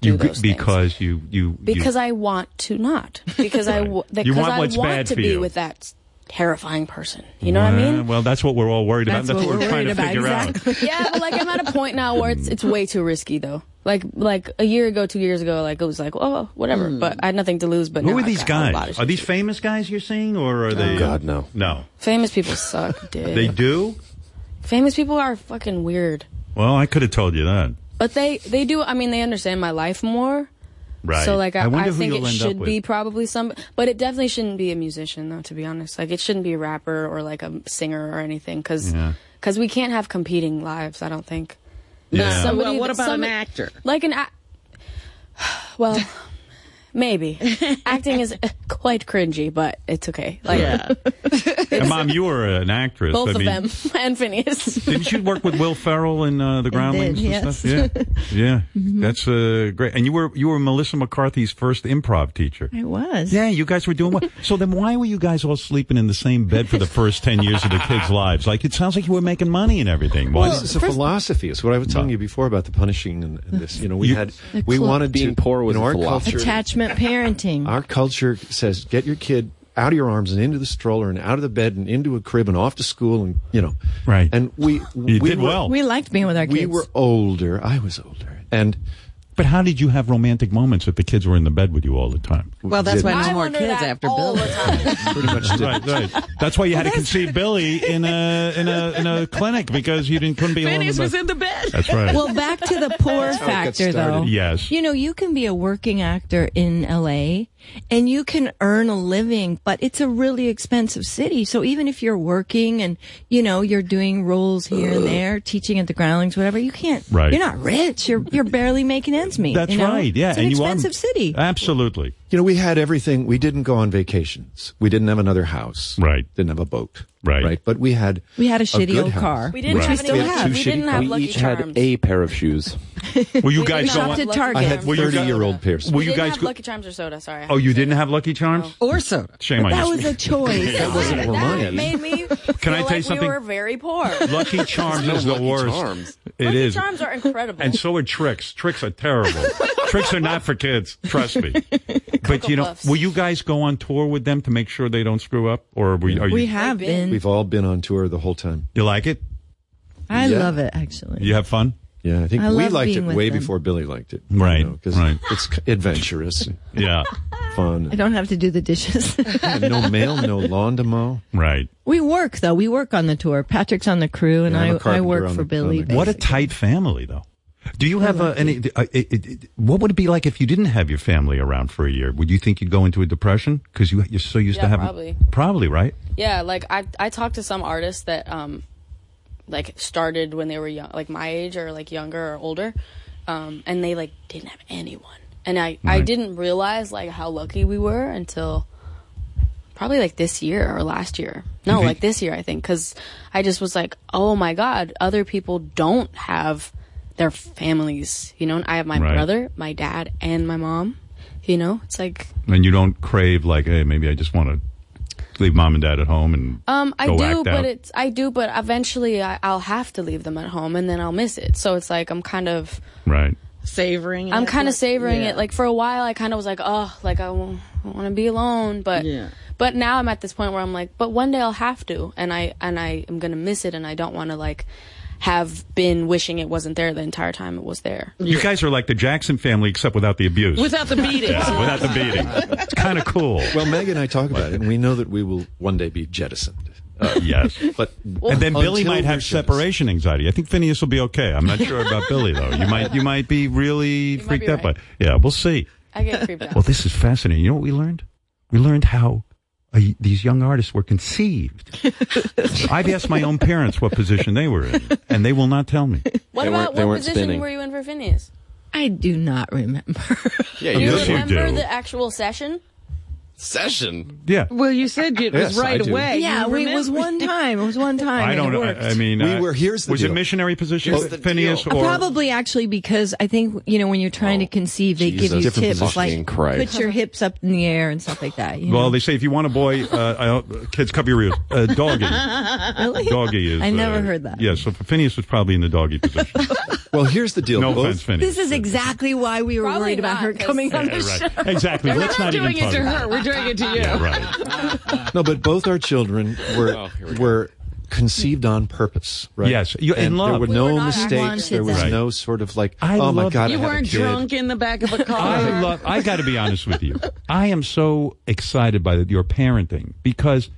Speaker 2: Do
Speaker 1: You
Speaker 2: those things
Speaker 1: because you you
Speaker 2: because
Speaker 1: you,
Speaker 2: I want to not because I w-
Speaker 1: Right.
Speaker 2: because
Speaker 1: You want
Speaker 2: I
Speaker 1: what's
Speaker 2: want
Speaker 1: bad
Speaker 2: to
Speaker 1: for
Speaker 2: be
Speaker 1: you.
Speaker 2: with that s- terrifying person. You know what I mean?
Speaker 1: Well, that's what we're all worried about.
Speaker 6: That's
Speaker 1: That's what
Speaker 6: what
Speaker 1: we're
Speaker 6: we're
Speaker 1: trying
Speaker 6: worried
Speaker 1: to
Speaker 6: about,
Speaker 1: figure out.
Speaker 6: exactly.
Speaker 2: Yeah, but like I'm at a point now where it's it's way too risky though. Like like a year ago, two years ago, like it was like oh whatever, but I had nothing to lose. But
Speaker 1: Hmm. Who
Speaker 2: now
Speaker 1: are
Speaker 2: I
Speaker 1: these
Speaker 2: got a lot of
Speaker 1: guys?
Speaker 2: shit
Speaker 1: Are these
Speaker 2: to-
Speaker 1: famous guys you're seeing, or are they?
Speaker 3: God, no.
Speaker 1: No,
Speaker 2: famous people? Suck, dude.
Speaker 1: they do.
Speaker 2: Famous people are fucking weird,
Speaker 1: Well, I could have told you that.
Speaker 2: but they they do. I mean, they understand my life more.
Speaker 1: Right.
Speaker 2: So like I, I,
Speaker 1: wonder who
Speaker 2: think
Speaker 1: you'll
Speaker 2: it
Speaker 1: end up
Speaker 2: should
Speaker 1: with.
Speaker 2: be probably some, but it definitely shouldn't be a musician though. To be honest, like it shouldn't be a rapper or like a singer or anything because
Speaker 1: Yeah.
Speaker 2: we can't have competing lives. I don't think.
Speaker 1: Yeah.
Speaker 2: Somebody
Speaker 5: well, what
Speaker 2: that-
Speaker 5: about
Speaker 2: some-
Speaker 5: an actor?
Speaker 2: Like an, a- well, maybe acting is quite cringy, but it's okay. Like
Speaker 5: Yeah.
Speaker 1: And mom, you were an actress.
Speaker 2: both
Speaker 1: I
Speaker 2: of
Speaker 1: mean,
Speaker 2: them and Phineas.
Speaker 1: Didn't you work with Will Ferrell in uh, the Groundlings
Speaker 6: did,
Speaker 1: and stuff? Yeah, yeah,
Speaker 2: Mm-hmm.
Speaker 1: that's uh, great. And you were you were Melissa McCarthy's first improv teacher.
Speaker 6: I was.
Speaker 1: Yeah, you guys were doing well. So then, why were you guys all sleeping in the same bed for the first ten years of the kids' lives? Like it sounds like you were making money and everything. Why?
Speaker 4: Well, this is a philosophy. It's what I was telling you before about the punishing and, and this. You know, we
Speaker 1: You-
Speaker 4: had
Speaker 6: The
Speaker 4: we
Speaker 6: clo-
Speaker 4: wanted
Speaker 3: Being
Speaker 4: to,
Speaker 3: poor was
Speaker 4: you know,
Speaker 3: a
Speaker 4: our
Speaker 3: philosophy.
Speaker 4: culture.
Speaker 6: Attachment
Speaker 1: Mm-hmm.
Speaker 6: parenting.
Speaker 4: Our culture says get your kid out of your arms and into the stroller and out of the bed and into a crib and off to school and you know.
Speaker 1: Right.
Speaker 4: And we
Speaker 1: You
Speaker 4: we
Speaker 1: did
Speaker 4: were,
Speaker 1: well.
Speaker 6: we liked being with our kids.
Speaker 4: We were older. I was older, and
Speaker 1: but how did you have romantic moments if the kids were in the bed with you all the time?
Speaker 5: well, that's why no more
Speaker 2: wonder
Speaker 5: kids
Speaker 2: that
Speaker 5: after
Speaker 2: all
Speaker 5: Bill.
Speaker 2: the time.
Speaker 4: pretty much did.
Speaker 1: Right, right. That's why you had to conceive Billy in a in a in a clinic because you didn't couldn't be alone.
Speaker 5: Phineas
Speaker 1: in
Speaker 5: was
Speaker 1: the
Speaker 5: in the bed.
Speaker 1: That's right.
Speaker 6: well, back to the poor
Speaker 4: how it got
Speaker 6: factor,
Speaker 4: started.
Speaker 6: though.
Speaker 1: Yes.
Speaker 6: You know, you can be a working actor in LA and you can earn a living, but it's a really expensive city. So even if you're working and, you know, you're doing roles here and there, teaching at the groundlings, whatever, you can't,
Speaker 1: Right.
Speaker 6: you're not rich. You're, you're barely making ends meet.
Speaker 1: That's
Speaker 6: you know?
Speaker 1: right. Yeah,
Speaker 6: It's an
Speaker 1: and you are-
Speaker 6: expensive city.
Speaker 1: Absolutely.
Speaker 4: You know, we had everything. We didn't go on vacations. We didn't have another house.
Speaker 1: Right.
Speaker 4: Didn't have a boat.
Speaker 1: Right.
Speaker 4: Right. But we had
Speaker 6: We had a shitty
Speaker 4: good
Speaker 6: old
Speaker 4: house.
Speaker 6: car.
Speaker 2: We didn't
Speaker 1: Right.
Speaker 2: have
Speaker 1: We
Speaker 2: any.
Speaker 4: had
Speaker 2: we,
Speaker 4: two
Speaker 2: we
Speaker 4: shitty-
Speaker 2: didn't have
Speaker 3: we
Speaker 2: lucky
Speaker 3: each
Speaker 2: charms.
Speaker 3: had a pair of shoes.
Speaker 1: Were you
Speaker 2: we
Speaker 1: guys
Speaker 6: shopped
Speaker 1: going?
Speaker 6: at Target.
Speaker 4: I had
Speaker 6: Were
Speaker 1: you guys-
Speaker 4: thirty-year-old pairs.
Speaker 1: Were
Speaker 2: we
Speaker 1: you
Speaker 2: didn't
Speaker 1: guys?
Speaker 2: have
Speaker 1: go-
Speaker 2: lucky charms or soda. Sorry. I
Speaker 1: oh,
Speaker 2: had
Speaker 1: you
Speaker 2: to-
Speaker 1: didn't have Lucky Charms.
Speaker 5: Or soda.
Speaker 1: Shame
Speaker 6: That
Speaker 1: on
Speaker 6: was
Speaker 1: you.
Speaker 6: a choice.
Speaker 4: That wasn't
Speaker 2: That
Speaker 4: romantic.
Speaker 2: made me.
Speaker 1: Can
Speaker 2: feel
Speaker 1: I tell
Speaker 2: like
Speaker 1: you something?
Speaker 2: We were very poor.
Speaker 1: Lucky Charms
Speaker 3: No
Speaker 1: is the
Speaker 3: Lucky
Speaker 1: worst.
Speaker 3: Charms.
Speaker 1: It
Speaker 2: lucky
Speaker 1: is.
Speaker 2: charms are incredible.
Speaker 1: And so are tricks. Tricks are terrible. tricks are not for kids. Trust me. But you know,
Speaker 2: Puffs.
Speaker 1: will you guys go on tour with them to make sure they don't screw up, or were, are you?
Speaker 6: We have
Speaker 2: We've
Speaker 6: been.
Speaker 4: We've all been on tour the whole time.
Speaker 1: you like it?
Speaker 6: I
Speaker 4: Yeah.
Speaker 6: love it, actually.
Speaker 1: You have fun?
Speaker 4: Yeah, I think
Speaker 6: I
Speaker 4: we
Speaker 6: love
Speaker 4: liked it
Speaker 6: being with
Speaker 4: way
Speaker 6: them.
Speaker 4: before Billy liked it.
Speaker 1: Right,
Speaker 4: Because
Speaker 1: right.
Speaker 4: it's c- adventurous and
Speaker 1: Yeah.
Speaker 4: fun.
Speaker 6: I don't have to do the dishes.
Speaker 4: And no mail, no lawn to mow.
Speaker 1: right.
Speaker 6: we work, though. We work on the tour. Patrick's on the crew, and
Speaker 4: Yeah, I'm a
Speaker 6: I, I
Speaker 4: carpenter
Speaker 6: work
Speaker 4: on
Speaker 6: for
Speaker 4: the-
Speaker 6: Billy.
Speaker 4: on the-
Speaker 1: What a tight family, though. Do you have uh, any? Uh, it, it, it- what would it be like if you didn't have your family around for a year? Would you think you'd go into a depression because you you're so used
Speaker 2: Yeah,
Speaker 1: to having?
Speaker 2: probably.
Speaker 1: Probably, right?
Speaker 2: Yeah, like I I talked to some artists that um like started when they were young, like my age or like younger or older, um, and they like didn't have anyone. And I I
Speaker 1: Right.
Speaker 2: didn't realize like how lucky we were until probably like this year or last year. No,
Speaker 1: Mhm.
Speaker 2: like this year I think cuz I just was like, "Oh my god, other people don't have their families." You know, and I have my
Speaker 1: Right.
Speaker 2: brother, my dad, and my mom. You know, it's like
Speaker 1: And you don't crave like, hey, maybe I just want to leave mom and dad at home and
Speaker 2: Um, I
Speaker 1: go
Speaker 2: do,
Speaker 1: act
Speaker 2: but
Speaker 1: out.
Speaker 2: it's I do, but eventually I, I'll have to leave them at home, and then I'll miss it. So it's like I'm kind of
Speaker 1: right.
Speaker 5: Savoring. it.
Speaker 2: I'm kind of savoring
Speaker 5: Yeah.
Speaker 2: it. Like for a while, I kind of was like, oh, like I w- I want to be alone, but
Speaker 5: Yeah.
Speaker 2: but now I'm at this point where I'm like, but one day I'll have to, and I and I am gonna miss it, and I don't want to like have been wishing it wasn't there the entire time it was there.
Speaker 1: You guys are like the Jackson family, except without the abuse,
Speaker 5: Without the beatings.
Speaker 1: Yeah, without the beating. It's kind of cool.
Speaker 4: Well, Meg and I talk about it, and we know that we will one day be jettisoned. Uh,
Speaker 1: yes.
Speaker 4: But
Speaker 1: And then Billy
Speaker 4: until
Speaker 1: might
Speaker 4: we're
Speaker 1: have
Speaker 4: jettisoned-
Speaker 1: separation anxiety. I think Phineas will be okay. I'm not sure about Billy though. You might you might be really
Speaker 2: might
Speaker 1: freaked
Speaker 2: be
Speaker 1: out by.
Speaker 2: right.
Speaker 1: Yeah, we'll see.
Speaker 2: I get creeped out.
Speaker 1: Well, this is fascinating. You know what we learned? We learned how uh, these young artists were conceived. I've asked my own parents what position they were in, and they will not tell me.
Speaker 2: what
Speaker 3: They weren't-
Speaker 2: about
Speaker 3: they
Speaker 2: what
Speaker 3: weren't
Speaker 2: position
Speaker 3: spinning.
Speaker 2: were you in for Phineas?
Speaker 6: I do not remember.
Speaker 3: Yeah,
Speaker 2: Do
Speaker 3: you
Speaker 2: you
Speaker 1: Yes, you
Speaker 2: remember
Speaker 1: do.
Speaker 2: the actual session?
Speaker 3: session.
Speaker 1: Yeah,
Speaker 5: Well, you said it was
Speaker 4: Yes, I
Speaker 5: right
Speaker 4: do.
Speaker 5: away.
Speaker 6: yeah,
Speaker 5: You
Speaker 6: we- it was
Speaker 5: remember-
Speaker 6: one time. It was one time.
Speaker 1: I
Speaker 6: and
Speaker 1: don't
Speaker 6: it
Speaker 1: know.
Speaker 6: worked. Uh,
Speaker 1: I, I mean,
Speaker 4: We
Speaker 1: uh,
Speaker 4: were- here's the
Speaker 1: was it
Speaker 4: deal.
Speaker 1: missionary position,
Speaker 3: Here's the
Speaker 1: Phineas,
Speaker 3: deal.
Speaker 1: or
Speaker 6: Probably actually because I think you know when you're trying
Speaker 4: Oh,
Speaker 6: to conceive, they
Speaker 3: Jesus
Speaker 6: give you
Speaker 3: Different
Speaker 6: tips
Speaker 3: fucking
Speaker 6: like
Speaker 3: Christ.
Speaker 6: put your hips up in the air and stuff like that. You
Speaker 1: Well,
Speaker 6: know?
Speaker 1: they say if you want a boy, uh, I, kids, cover your ears. Uh, doggy,
Speaker 6: really?
Speaker 1: doggy is.
Speaker 6: I
Speaker 1: uh,
Speaker 6: never heard that.
Speaker 1: Yeah, so Phineas was probably in the doggy position.
Speaker 4: Well, here's the deal.
Speaker 1: No
Speaker 4: Both-
Speaker 1: offense, Phineas.
Speaker 6: This is exactly why we were
Speaker 2: Probably
Speaker 6: worried about
Speaker 2: not,
Speaker 6: her
Speaker 2: 'cause-
Speaker 6: coming on
Speaker 1: Yeah,
Speaker 6: the show.
Speaker 1: right. Exactly. Let's
Speaker 5: We're
Speaker 1: not
Speaker 5: not
Speaker 1: even
Speaker 5: doing it
Speaker 1: talk
Speaker 5: to
Speaker 1: about
Speaker 5: her. We're doing it to you.
Speaker 1: Yeah, right.
Speaker 4: No, but both our children were
Speaker 3: Oh, here we go.
Speaker 4: were conceived on purpose, right?
Speaker 1: Yes, you- in
Speaker 4: and
Speaker 1: love.
Speaker 4: There were
Speaker 1: We
Speaker 4: no
Speaker 6: were not
Speaker 4: mistakes.
Speaker 6: wanted
Speaker 4: There was
Speaker 6: that.
Speaker 4: no sort of like,
Speaker 1: I
Speaker 4: oh my
Speaker 1: love-
Speaker 4: god,
Speaker 5: You
Speaker 4: I have
Speaker 5: weren't
Speaker 4: a kid.
Speaker 5: drunk in the back of a car.
Speaker 1: I love. I got to be honest with you. I am so excited by your parenting because,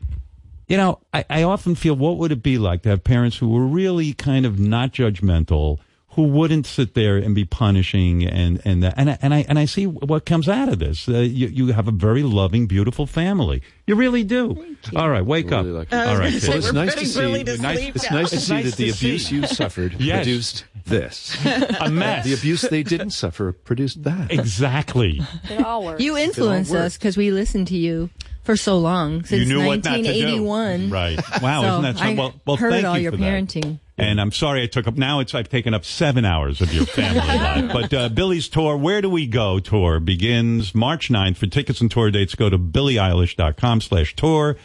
Speaker 1: you know, I, I often feel what would it be like to have parents who were really kind of not judgmental, who wouldn't sit there and be punishing, and and that, and I, and I and I see what comes out of this. Uh, you you have a very loving, beautiful family. You really do. All right, wake
Speaker 3: Really
Speaker 1: up.
Speaker 3: lucky.
Speaker 5: I was
Speaker 1: All right,
Speaker 5: gonna
Speaker 1: kids.
Speaker 5: say,
Speaker 4: Well, it's
Speaker 5: we're
Speaker 4: nice
Speaker 5: putting
Speaker 4: to see-
Speaker 5: Billy uh, to
Speaker 1: nice-
Speaker 5: sleep
Speaker 4: It's
Speaker 5: now.
Speaker 4: nice to
Speaker 1: It's
Speaker 4: see
Speaker 1: nice
Speaker 4: that the
Speaker 1: to
Speaker 4: abuse
Speaker 1: see.
Speaker 4: you suffered
Speaker 1: Yes.
Speaker 4: produced this.
Speaker 1: a mess.
Speaker 4: the abuse they didn't suffer produced that.
Speaker 1: Exactly.
Speaker 2: It all works.
Speaker 6: You influence
Speaker 4: work.
Speaker 6: us because we listened to you for so long since 1981.
Speaker 1: Right. Wow,
Speaker 6: So
Speaker 1: isn't that so?
Speaker 6: I
Speaker 1: well, well,
Speaker 6: heard
Speaker 1: thank
Speaker 6: all
Speaker 1: you
Speaker 6: your
Speaker 1: for That.
Speaker 6: parenting.
Speaker 1: And I'm sorry I took up. Now it's I've taken up seven hours of your family life. But uh, Billy's tour, Where Do We Go tour begins March 9th. For tickets and tour dates, go to billyeilish.com slash tour.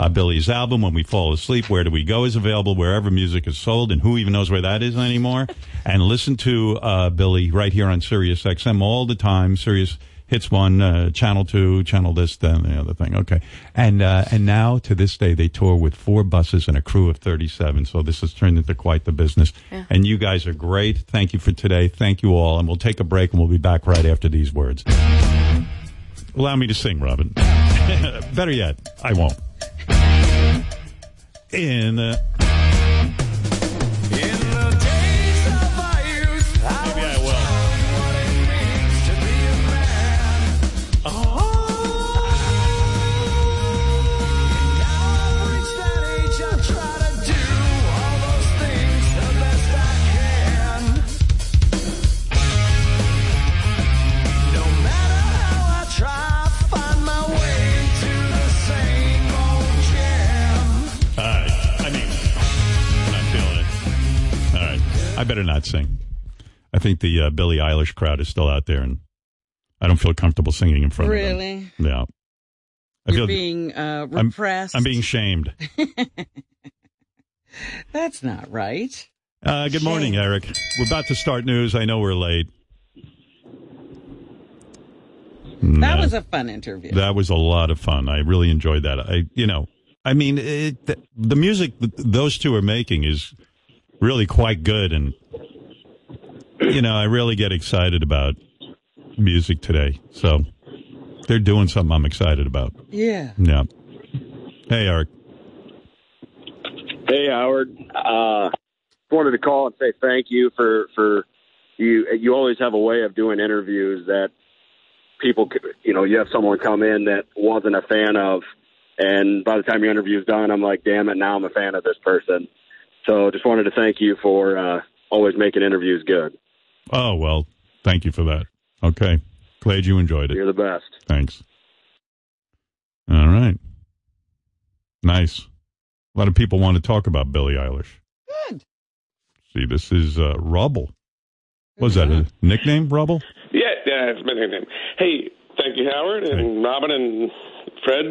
Speaker 1: Uh, Billy's album, When We Fall Asleep, Where Do We Go, is available wherever music is sold, and who even knows where that is anymore. and listen to uh, Billy right here on Sirius XM all the time. Sirius hits one uh, channel two channel this then the other thing okay and uh, and now to this day they tour with four buses and a crew of 37 so this has turned into quite the business and you guys are great thank you for today thank you all and we'll take a break and we'll be back right after these words allow me to sing robin better yet i won't in uh, maybe i will All right. I mean, I'm not feeling it. All right. I better not sing. I think the uh, Billie Eilish crowd is still out there, and I don't feel comfortable singing in front of
Speaker 5: Really?
Speaker 1: them. Yeah. I
Speaker 5: You're
Speaker 1: feel
Speaker 5: being uh, repressed.
Speaker 1: I'm being shamed.
Speaker 5: That's not right.
Speaker 1: Uh, good morning, Eric. We're about to start news. I know we're late.
Speaker 5: That
Speaker 1: Nah.
Speaker 5: was a fun interview.
Speaker 1: That was a lot of fun. I really enjoyed that. I, you know, I mean, it, the, the music th- those two are making is really quite good, and you know, I really get excited about music today. So they're doing something I'm excited about.
Speaker 5: yeah.
Speaker 1: Yeah. Hey, Eric.
Speaker 7: Hey Howard, uh, wanted to call and say thank you for for you. You always have a way of doing interviews that people, c- you know, you have someone come in that wasn't a fan of, and by the time your interview's done, I'm like, damn it, now I'm a fan of this person. So just wanted to thank you for uh, always making interviews good.
Speaker 1: Oh well, thank you for that. Okay, glad you enjoyed it.
Speaker 7: You're the best.
Speaker 1: Thanks. All right. Nice. A lot of people want to talk about Billie Eilish.
Speaker 5: Good.
Speaker 1: See, this is uh, Rubble. Was that a nickname, Rubble?
Speaker 8: Yeah, yeah, it's my nickname. Hey, thank you, Howard and Robin and Fred.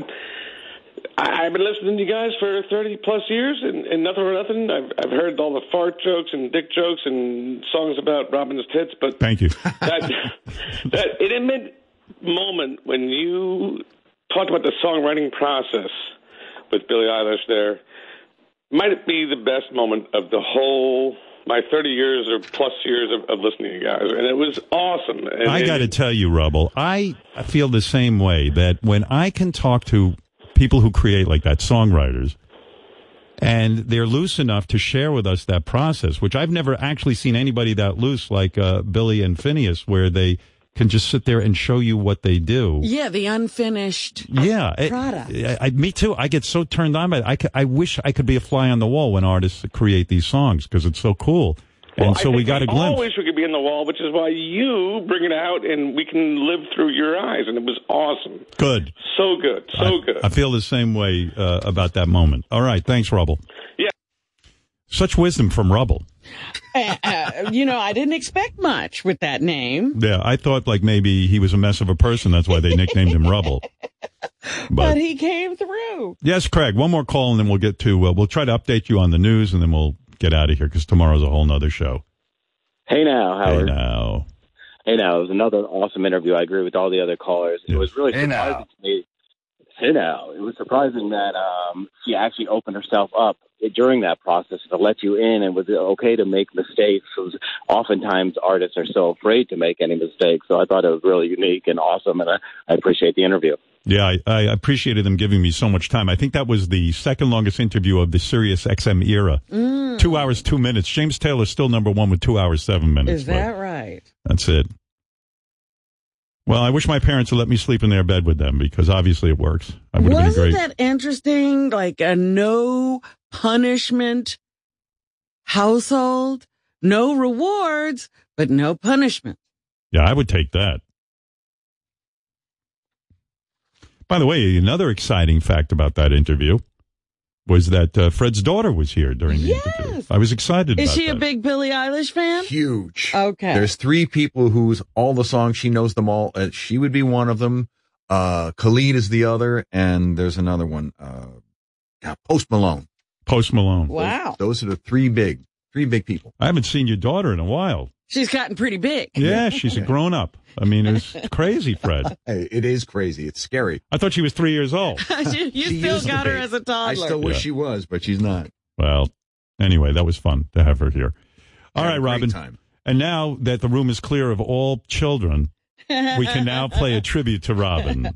Speaker 8: I, I've been listening to you guys for thirty plus years, and, and nothing for nothing. I've I've heard all the fart jokes and dick jokes and songs about Robin's tits, but
Speaker 1: Thank you.
Speaker 8: that that intimate moment when you talked about the songwriting process with Billie Eilish there might it be the best moment of the whole my 30 years or plus years of, of listening to you guys and it was awesome and
Speaker 1: I
Speaker 8: it-
Speaker 1: got to tell you, Rubble, I feel the same way that when I can talk to people who create like that, songwriters, and they're loose enough to share with us that process, which I've never actually seen anybody that loose like uh, Billy and Phineas, where they can just sit there and show you what they do.
Speaker 5: Yeah, the unfinished.
Speaker 1: Yeah, it-
Speaker 5: Product.
Speaker 1: I, I, me too. I get so turned on by it. I, c- I wish I could be a fly on the wall when artists create these songs because it's so cool.
Speaker 8: Well,
Speaker 1: and
Speaker 8: I
Speaker 1: so we
Speaker 8: think
Speaker 1: got a glimpse.
Speaker 8: always we could be in the wall which is why you bring it out and we can live through your eyes and it was awesome
Speaker 1: Good.
Speaker 8: so good so
Speaker 1: I,
Speaker 8: good
Speaker 1: I feel the same way uh, about that moment. All right, thanks, Rubble.
Speaker 8: Yeah.
Speaker 1: Such wisdom from Rubble.
Speaker 5: Uh, uh, you know, I didn't expect much with that name,
Speaker 1: Yeah, I thought like maybe he was a mess of a person. That's why they nicknamed him Rubble.
Speaker 5: but
Speaker 1: But
Speaker 5: he came through.
Speaker 1: yes, Craig. One more call, and then we'll get to. Uh, we'll try to update you on the news, and then we'll get out of here because tomorrow's a whole nother show.
Speaker 7: Hey now,
Speaker 1: Hey,
Speaker 7: Howard.
Speaker 1: now.
Speaker 7: Hey now, it was another awesome interview. I agree with all the other callers. It
Speaker 1: Yeah.
Speaker 7: was really
Speaker 9: Hey,
Speaker 7: surprising
Speaker 9: now.
Speaker 7: to me. Hey now, it was surprising that um, she actually opened herself up
Speaker 9: during that process to let you in and was it okay to make mistakes because oftentimes artists are so afraid to make any mistakes so i thought it was really unique and awesome and i, I appreciate the interview
Speaker 1: Yeah, I, I appreciated them giving me so much time. I think that was the second longest interview of the Sirius XM era.
Speaker 5: Mm.
Speaker 1: Two hours, two minutes. James Taylor's still number one with two hours, seven minutes.
Speaker 5: Is
Speaker 1: but
Speaker 5: that right?
Speaker 1: That's it. Well, I wish my parents would let me sleep in their bed with them because obviously it works. I would have been a
Speaker 5: Wasn't
Speaker 1: great.
Speaker 5: that interesting? Like a no punishment household, no rewards, but no punishment.
Speaker 1: yeah, I would take that. By the way, another exciting fact about that interview was that uh, Fred's daughter was here during the interview. I was excited.
Speaker 5: Is
Speaker 1: about
Speaker 5: she a
Speaker 1: that.
Speaker 5: big Billie Eilish fan?
Speaker 10: Huge.
Speaker 5: Okay.
Speaker 10: There's three people who's all the songs. She knows them all. Uh, she would be one of them. Uh, Khalid is the other, and there's another one. Uh, yeah, Post Malone.
Speaker 1: Post Malone.
Speaker 5: wow.
Speaker 10: Those are the three big, three big people.
Speaker 1: I haven't seen your daughter in a while.
Speaker 5: She's gotten pretty big.
Speaker 1: Yeah, she's a grown up. I mean, it's crazy, Fred.
Speaker 10: Hey, It is crazy. It's scary.
Speaker 1: I thought she was three years old.
Speaker 5: you you
Speaker 10: She
Speaker 5: still
Speaker 10: is
Speaker 5: got her
Speaker 10: big.
Speaker 5: as a
Speaker 10: I
Speaker 5: toddler.
Speaker 10: still wish
Speaker 1: Yeah.
Speaker 10: she was, but she's not.
Speaker 1: Well, anyway, that was fun to have her here. All
Speaker 10: Had
Speaker 1: right,
Speaker 10: a great
Speaker 1: Robin.
Speaker 10: time.
Speaker 1: And now that the room is clear of all children, we can now play a tribute to Robin.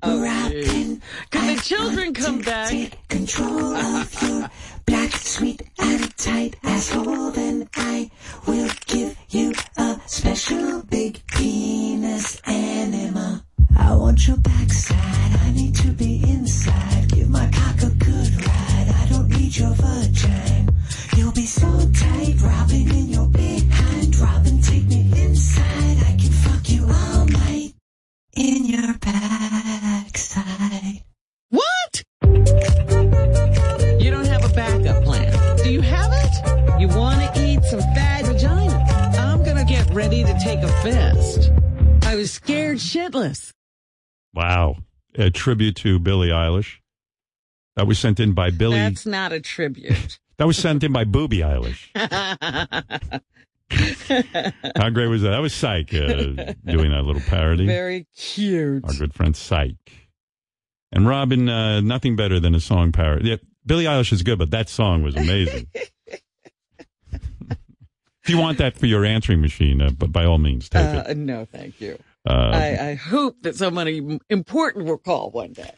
Speaker 5: Can the children come back?
Speaker 11: Control of your black, sweet, and tight asshole, then I will give you a special big penis enema. I want your backside, I need to be inside. Give my cock a good ride, I don't need your vagina. You'll be so tight, Robin, in your behind. Robin, take me inside, I can fuck you all night. In your backside.
Speaker 5: What? You don't have a backup plan. Do you have it? You want to eat some fat vagina. I'm going to get ready to take a fist. I was scared shitless.
Speaker 1: Wow. A tribute to Billie Eilish. That was sent in by Billie.
Speaker 5: That's not a tribute.
Speaker 1: That was sent in by Booby Eilish. How great was that? That was Psych uh, doing that little parody.
Speaker 5: Very cute.
Speaker 1: our good friend Psych. And Robin, uh, nothing better than a song parody. Yeah, Billie Eilish is good, but that song was amazing. if you want that for your answering machine, uh, but by all means, take it.
Speaker 5: Uh, no, thank you.
Speaker 1: Uh,
Speaker 5: I, I hope that somebody important will call one day.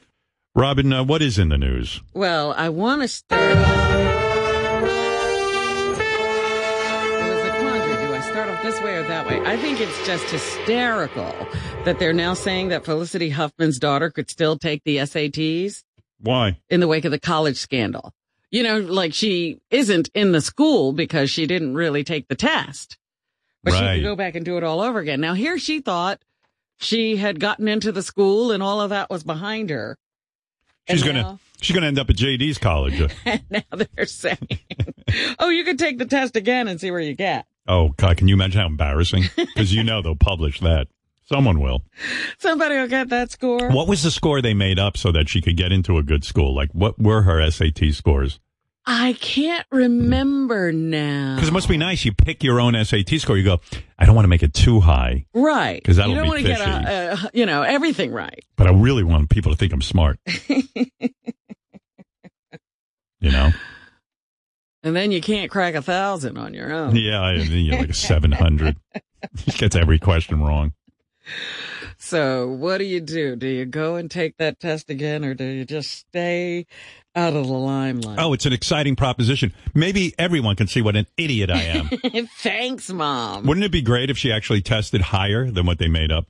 Speaker 1: Robin, uh, what is in the news?
Speaker 5: Well, I want to start off. It was a quandary. Do I start off this way or that way? I think it's just hysterical that they're now saying that Felicity Huffman's daughter could still take the SATs
Speaker 1: Why?
Speaker 5: in the wake of the college scandal. You know, like she isn't in the school because she didn't really take the test, but she
Speaker 1: Right.
Speaker 5: could go back and do it all over again. Now here she thought she had gotten into the school and all of that was behind her.
Speaker 1: She's
Speaker 5: And
Speaker 1: gonna
Speaker 5: now-
Speaker 1: she's gonna end up at JD's college. Uh,
Speaker 5: and now they're saying, "Oh, you can take the test again and see where you get."
Speaker 1: oh God, can you imagine how embarrassing? Because you know they'll publish that. Someone will.
Speaker 5: Somebody will get that score.
Speaker 1: What was the score they made up so that she could get into a good school? Like, what were her SAT scores?
Speaker 5: I can't remember now.
Speaker 1: Because it must be nice. You pick your own SAT score. You go, I don't want to make it too high,
Speaker 5: right
Speaker 1: 'Cause that'll
Speaker 5: you don't
Speaker 1: be
Speaker 5: want to get a, a, you know everything right.
Speaker 1: but I really want people to think I'm smart. you know?
Speaker 5: And then you can't crack a thousand on your own.
Speaker 1: Yeah, I, you know, like a 700. She gets every question wrong.
Speaker 5: So what do you do? Do you go and take that test again, or do you just stay out of the limelight?
Speaker 1: Oh, it's an exciting proposition. Maybe everyone can see what an idiot I am.
Speaker 5: thanks, mom.
Speaker 1: Wouldn't it be great if she actually tested higher than what they made up?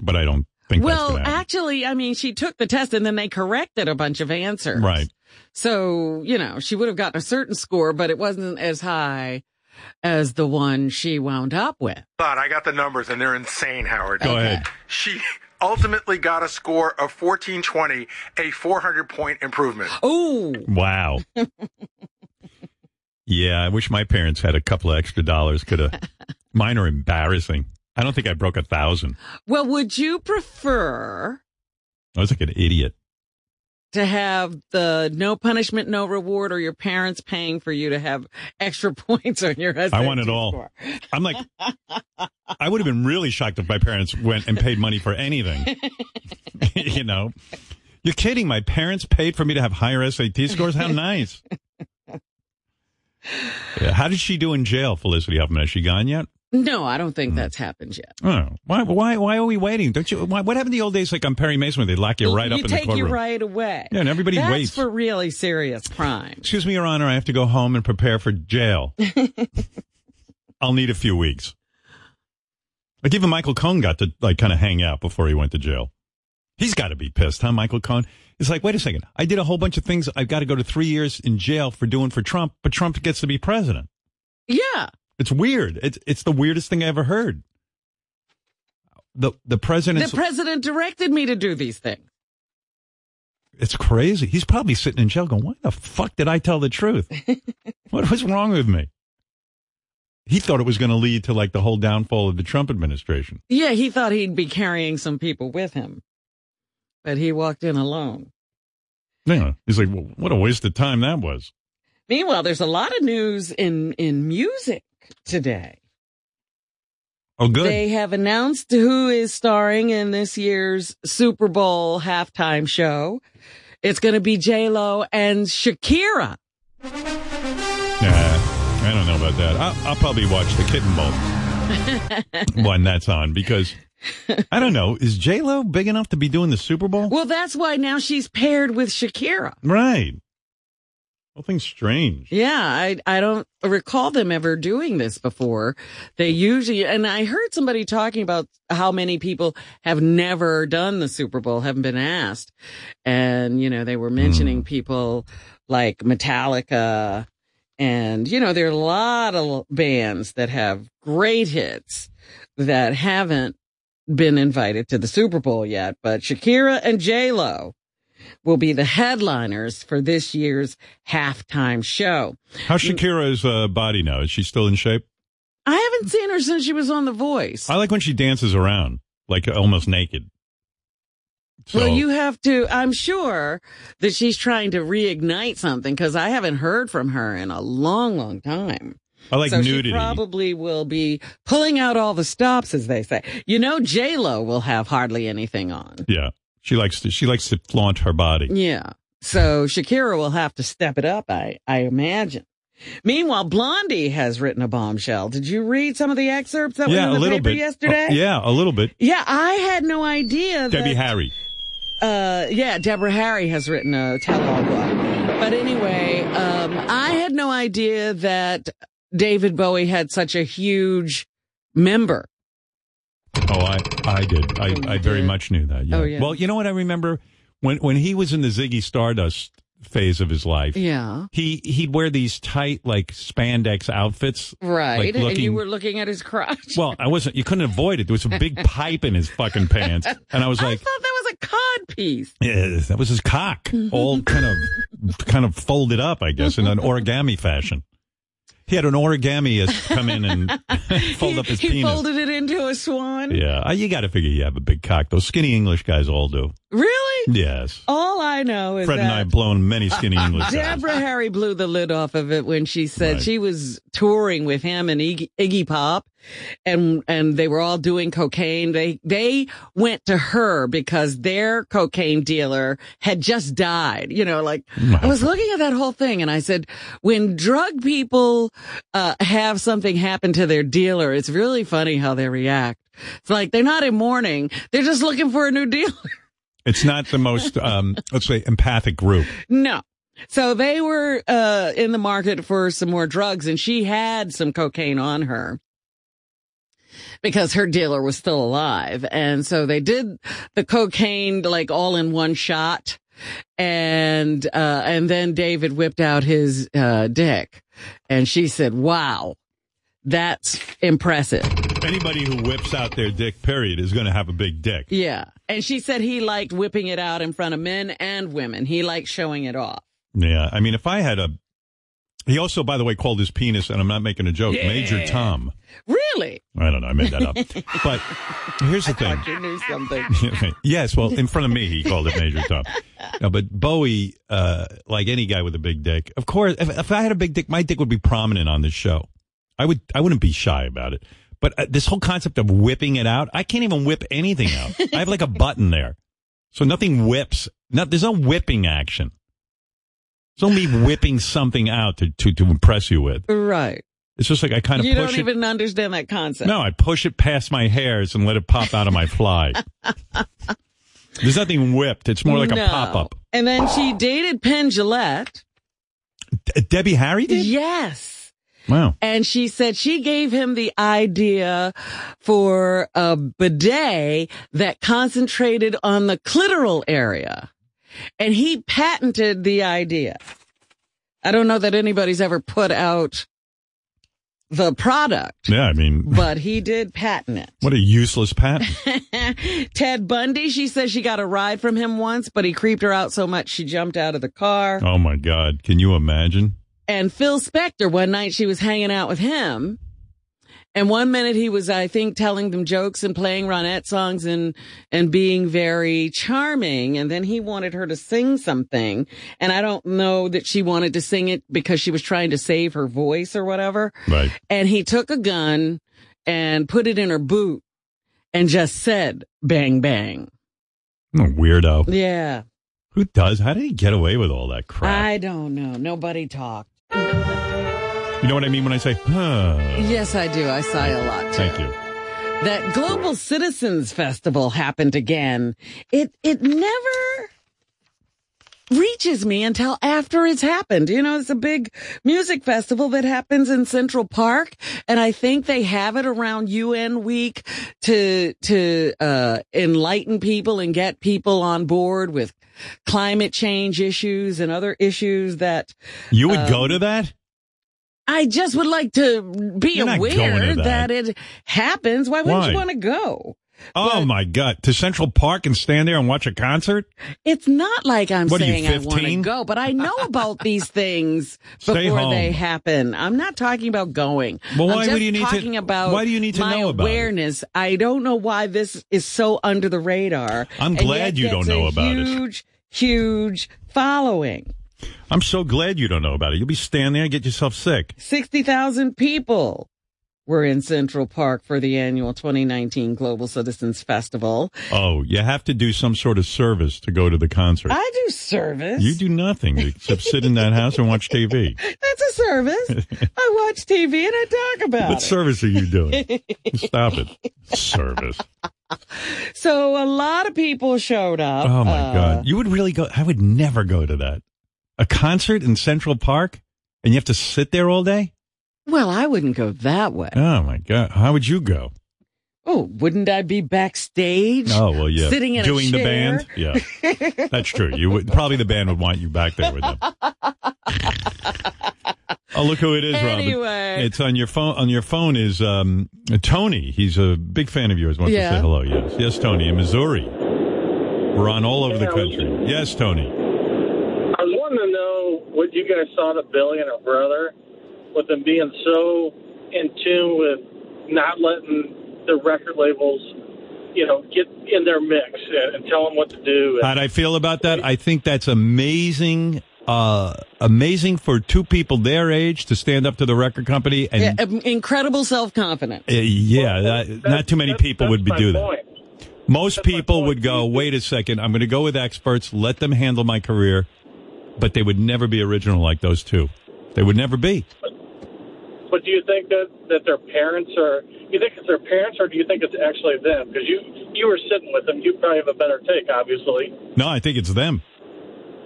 Speaker 1: But I don't think that's
Speaker 5: well,
Speaker 1: going to happen.
Speaker 5: actually, I mean, she took the test and then they corrected a bunch of answers.
Speaker 1: Right.
Speaker 5: So, you know, she would have gotten a certain score, but it wasn't as high as the one she wound up with.
Speaker 12: But I got the numbers, and they're insane, Howard.
Speaker 1: Go ahead.
Speaker 12: She ultimately got a score of 1420, a 400 point improvement.
Speaker 5: Oh,
Speaker 1: Wow. yeah, I wish my parents had a couple of extra dollars. Could have. Mine are embarrassing. I don't think I broke a thousand.
Speaker 5: well, would you prefer
Speaker 1: I was like an idiot.
Speaker 5: to have the no punishment, no reward, or your parents paying for you to have extra points on your SAT
Speaker 1: I want it all.
Speaker 5: score?
Speaker 1: I'm like, I would have been really shocked if my parents went and paid money for anything. you know, you're kidding. My parents paid for me to have higher SAT scores. How nice. Yeah. How did she do in jail, Felicity Huffman? Has she gone yet?
Speaker 5: No, I don't
Speaker 1: Hmm.
Speaker 5: think that's happened yet.
Speaker 1: Oh, why, why, why are we waiting? Don't you? Why, what happened in the old days? Like on Perry Mason, when they lock you right
Speaker 5: you
Speaker 1: up in the
Speaker 5: take
Speaker 1: courtroom.
Speaker 5: you right away.
Speaker 1: Yeah, and everybody
Speaker 5: That's
Speaker 1: waits.
Speaker 5: for really serious crime.
Speaker 1: Excuse me, Your Honor. I have to go home and prepare for jail. I'll need a few weeks. Like even Michael Cohen got to like kind of hang out before he went to jail. He's got to be pissed, huh, Michael Cohen? It's like, wait a second. I did a whole bunch of things. I've got to go to three years in jail for doing for Trump, but Trump gets to be president.
Speaker 5: Yeah.
Speaker 1: It's weird. It's it's the weirdest thing I ever heard. The the president's
Speaker 5: the president directed me to do these things.
Speaker 1: It's crazy. He's probably sitting in jail going, why the fuck did I tell the truth? what was wrong with me? He thought it was going to lead to like the whole downfall of the Trump administration.
Speaker 5: Yeah, he thought he'd be carrying some people with him, but he walked in alone.
Speaker 1: Yeah. He's like, well, what a waste of time that was.
Speaker 5: Meanwhile, there's a lot of news in in music today.
Speaker 1: Oh, good.
Speaker 5: They have announced who is starring in this year's Super Bowl halftime show. It's going to be J Lo and Shakira.
Speaker 1: Nah, I don't know about that. I'll, I'll probably watch the Kitten Bowl when that's on because I don't know. Is J Lo big enough to be doing the Super Bowl?
Speaker 5: Well, that's why now she's paired with Shakira.
Speaker 1: Right. Whole thing's strange.
Speaker 5: Yeah, I I don't recall them ever doing this before. They usually and I heard somebody talking about how many people have never done the Super Bowl, haven't been asked. And you know, they were mentioning people like Metallica and you know, there are a lot of bands that have great hits that haven't been invited to the Super Bowl yet, but Shakira and J-Lo will be the headliners for this year's halftime show.
Speaker 1: How's Shakira's uh, body now? Is she still in shape?
Speaker 5: Mm. I haven't seen her since she was on The Voice.
Speaker 1: I like when she dances around, like almost naked. So,
Speaker 5: well, you have to, I'm sure that she's trying to reignite something because I haven't heard from her in a long, long time.
Speaker 1: I like
Speaker 5: so
Speaker 1: nudity.
Speaker 5: She probably will be pulling out all the stops, as they say. You know, J Lo will have hardly anything on.
Speaker 1: yeah, she likes to she likes to flaunt her body.
Speaker 5: Yeah. So Shakira will have to step it up, I, I imagine. Meanwhile, Blondie has written a bombshell. Did you read some of the excerpts that
Speaker 1: yeah,
Speaker 5: were
Speaker 1: a
Speaker 5: in the
Speaker 1: little
Speaker 5: paper
Speaker 1: bit
Speaker 5: yesterday?
Speaker 1: Uh, yeah, a little bit.
Speaker 5: Yeah, I had no idea
Speaker 1: Debbie
Speaker 5: that
Speaker 1: Harry.
Speaker 5: uh, yeah, Deborah Harry has written a tell-all book. But anyway, um, I had no idea that David Bowie had such a huge member.
Speaker 1: Oh, I I did. I, I very much knew that. Yeah.
Speaker 5: Oh, yeah.
Speaker 1: Well, you know what I remember when when he was in the Ziggy Stardust phase of his life.
Speaker 5: Yeah.
Speaker 1: He he'd wear these tight like spandex outfits.
Speaker 5: Right.
Speaker 1: Like,
Speaker 5: and
Speaker 1: looking-
Speaker 5: you were looking at his crotch.
Speaker 1: Well, I wasn't. You couldn't avoid it. There was a big pipe in his fucking pants, and I was like,
Speaker 5: thought that was a cod piece.
Speaker 1: Yeah, Uh, that was his cock, all kind of kind of folded up, I guess, in an origami fashion. He had an origamiist come in and fold up his
Speaker 5: he
Speaker 1: penis.
Speaker 5: folded it into a swan.
Speaker 1: yeah, uh, you got to figure you have a big cock. Those skinny English guys all do.
Speaker 5: Really?
Speaker 1: Yes,
Speaker 5: All I know is
Speaker 1: Fred
Speaker 5: that
Speaker 1: and I have blown many skinny English guys.
Speaker 5: Deborah Harry blew the lid off of it when she said
Speaker 1: Right.
Speaker 5: she was touring with him and Iggy, Iggy Pop, and and they were all doing cocaine. They they went to her because their cocaine dealer had just died. You know, like I was looking at that whole thing and I said, when drug people uh, have something happen to their dealer, it's really funny how they react. It's like they're not in mourning; they're just looking for a new dealer.
Speaker 1: It's not the most, um, let's say, empathic group.
Speaker 5: No. So they were uh, in the market for some more drugs, and she had some cocaine on her because her dealer was still alive. And so they did the cocaine like all in one shot. And uh, and then David whipped out his uh, dick, and she said, "Wow, that's impressive."
Speaker 1: Anybody who whips out their dick, period, is going to have a big dick.
Speaker 5: Yeah, and she said he liked whipping it out in front of men and women. He liked showing it off.
Speaker 1: Yeah, I mean, if I had a, he also, by the way, called his penis, and I'm not making a joke, Major
Speaker 5: Yeah.
Speaker 1: Tom.
Speaker 5: Really?
Speaker 1: I don't know. I made that up. but here's the thing.
Speaker 5: You knew something.
Speaker 1: yes, well, in front of me, he called it Major Tom. No, but Bowie, uh, like any guy with a big dick, of course, if, if I had a big dick, my dick would be prominent on this show. I would, I wouldn't be shy about it. But uh, this whole concept of whipping it out, I can't even whip anything out. I have like a button there, so nothing whips. No, there's no whipping action. It's only whipping something out to, to, to impress you with.
Speaker 5: Right.
Speaker 1: It's just like I kind of
Speaker 5: you
Speaker 1: push
Speaker 5: don't
Speaker 1: it.
Speaker 5: even understand that concept.
Speaker 1: No, I push it past my hairs and let it pop out of my fly. There's nothing whipped. It's more like
Speaker 5: No.
Speaker 1: a pop up.
Speaker 5: And then she dated Penn Gillette.
Speaker 1: Debbie Harry did?
Speaker 5: Yes.
Speaker 1: Wow.
Speaker 5: And she said she gave him the idea for a bidet that concentrated on the clitoral area. And he patented the idea. I don't know that anybody's ever put out the product,
Speaker 1: Yeah, I mean,
Speaker 5: but he did patent it.
Speaker 1: what a useless patent.
Speaker 5: Ted Bundy, she says she got a ride from him once, but he creeped her out so much she jumped out of the car.
Speaker 1: Oh my God. Can you imagine?
Speaker 5: And Phil Spector, one night she was hanging out with him. And one minute he was, I think, telling them jokes and playing Ronette songs and, and being very charming. And then he wanted her to sing something. And I don't know that she wanted to sing it because she was trying to save her voice or whatever.
Speaker 1: Right.
Speaker 5: And he took a gun and put it in her boot and just said, bang, bang.
Speaker 1: I'm a weirdo.
Speaker 5: Yeah.
Speaker 1: Who does? How did he get away with all that crap?
Speaker 5: I don't know. Nobody talked.
Speaker 1: You know what I mean when I say, huh?
Speaker 5: Yes, I do. I sigh a lot. Too.
Speaker 1: Thank you.
Speaker 5: That Global Citizens Festival happened again. It it never reaches me until after it's happened. You know, it's a big music festival that happens in Central Park, and I think they have it around UN Week to to uh, enlighten people and get people on board with climate change issues and other issues that
Speaker 1: You would
Speaker 5: um,
Speaker 1: go to that?
Speaker 5: I just would like to be
Speaker 1: You're not going
Speaker 5: aware
Speaker 1: to
Speaker 5: that.
Speaker 1: that.
Speaker 5: it happens. Why wouldn't you
Speaker 1: Why?
Speaker 5: want to go?
Speaker 1: Oh my God. To Central Park and stand there and watch a concert?
Speaker 5: It's not like I'm
Speaker 1: What are you,
Speaker 5: saying I want to
Speaker 1: 15?
Speaker 5: go, but I know about these things
Speaker 1: Stay
Speaker 5: before they
Speaker 1: home.
Speaker 5: happen. I'm not talking about going.
Speaker 1: Well,
Speaker 5: I'm
Speaker 1: why
Speaker 5: just
Speaker 1: would you need to-
Speaker 5: talking about
Speaker 1: why do you need to
Speaker 5: my
Speaker 1: know about it?
Speaker 5: awareness? I don't know why this is so under the radar.
Speaker 1: I'm
Speaker 5: and
Speaker 1: glad
Speaker 5: yet
Speaker 1: you
Speaker 5: gets
Speaker 1: don't know
Speaker 5: a
Speaker 1: about it.
Speaker 5: huge, it. Huge, huge following.
Speaker 1: I'm so glad you don't know about it. You'll be standing there and get yourself sick.
Speaker 5: 60,000 people were in Central Park for the annual 2019 Global Citizens Festival.
Speaker 1: Oh, you have to do some sort of service to go to the concert.
Speaker 5: I do service.
Speaker 1: You do nothing except sit in that house and watch TV.
Speaker 5: That's a service. I watch TV and I talk about
Speaker 1: What
Speaker 5: it.
Speaker 1: service are you doing? Stop it. Service.
Speaker 5: So a lot of people showed up.
Speaker 1: Oh my
Speaker 5: Uh,
Speaker 1: God. You would really go. I would never go to that. A concert in Central Park and you have to sit there all day?
Speaker 5: Well, I wouldn't go that way.
Speaker 1: Oh my God. How would you go?
Speaker 5: Oh, wouldn't I be backstage?
Speaker 1: Oh, well, yeah.
Speaker 5: Sitting in a
Speaker 1: Doing the
Speaker 5: chair?
Speaker 1: band? Yeah. That's true. You would probably the band would want you back there with them. oh, look who it is,
Speaker 5: Anyway.
Speaker 1: Robin. It's on your phone. On your phone is um, Tony. He's a big fan of yours. Wants
Speaker 5: Yeah.
Speaker 1: to say hello. Yes, yes, Tony in Missouri. We're on all over the country. Yes, Tony.
Speaker 13: I was wanting to know what you guys thought of Billy and her brother, with them being so in tune with not letting the record labels, you know, get in their mix and, and tell them what to do.
Speaker 1: How'd I feel about that? I think that's amazing. Uh, amazing for two people their age to stand up to the record company and
Speaker 5: Yeah, um, incredible self confidence.
Speaker 1: Uh, yeah, that, not too many people would be do that. Most people would go, "Wait a second, I'm going to go with experts. Let them handle my career," but they would never be original like those two. They would never be.
Speaker 13: But do you think that that their parents are? You think it's their parents, or do you think it's actually them? Because you you were sitting with them, you probably have a better take, obviously.
Speaker 1: No, I think it's them.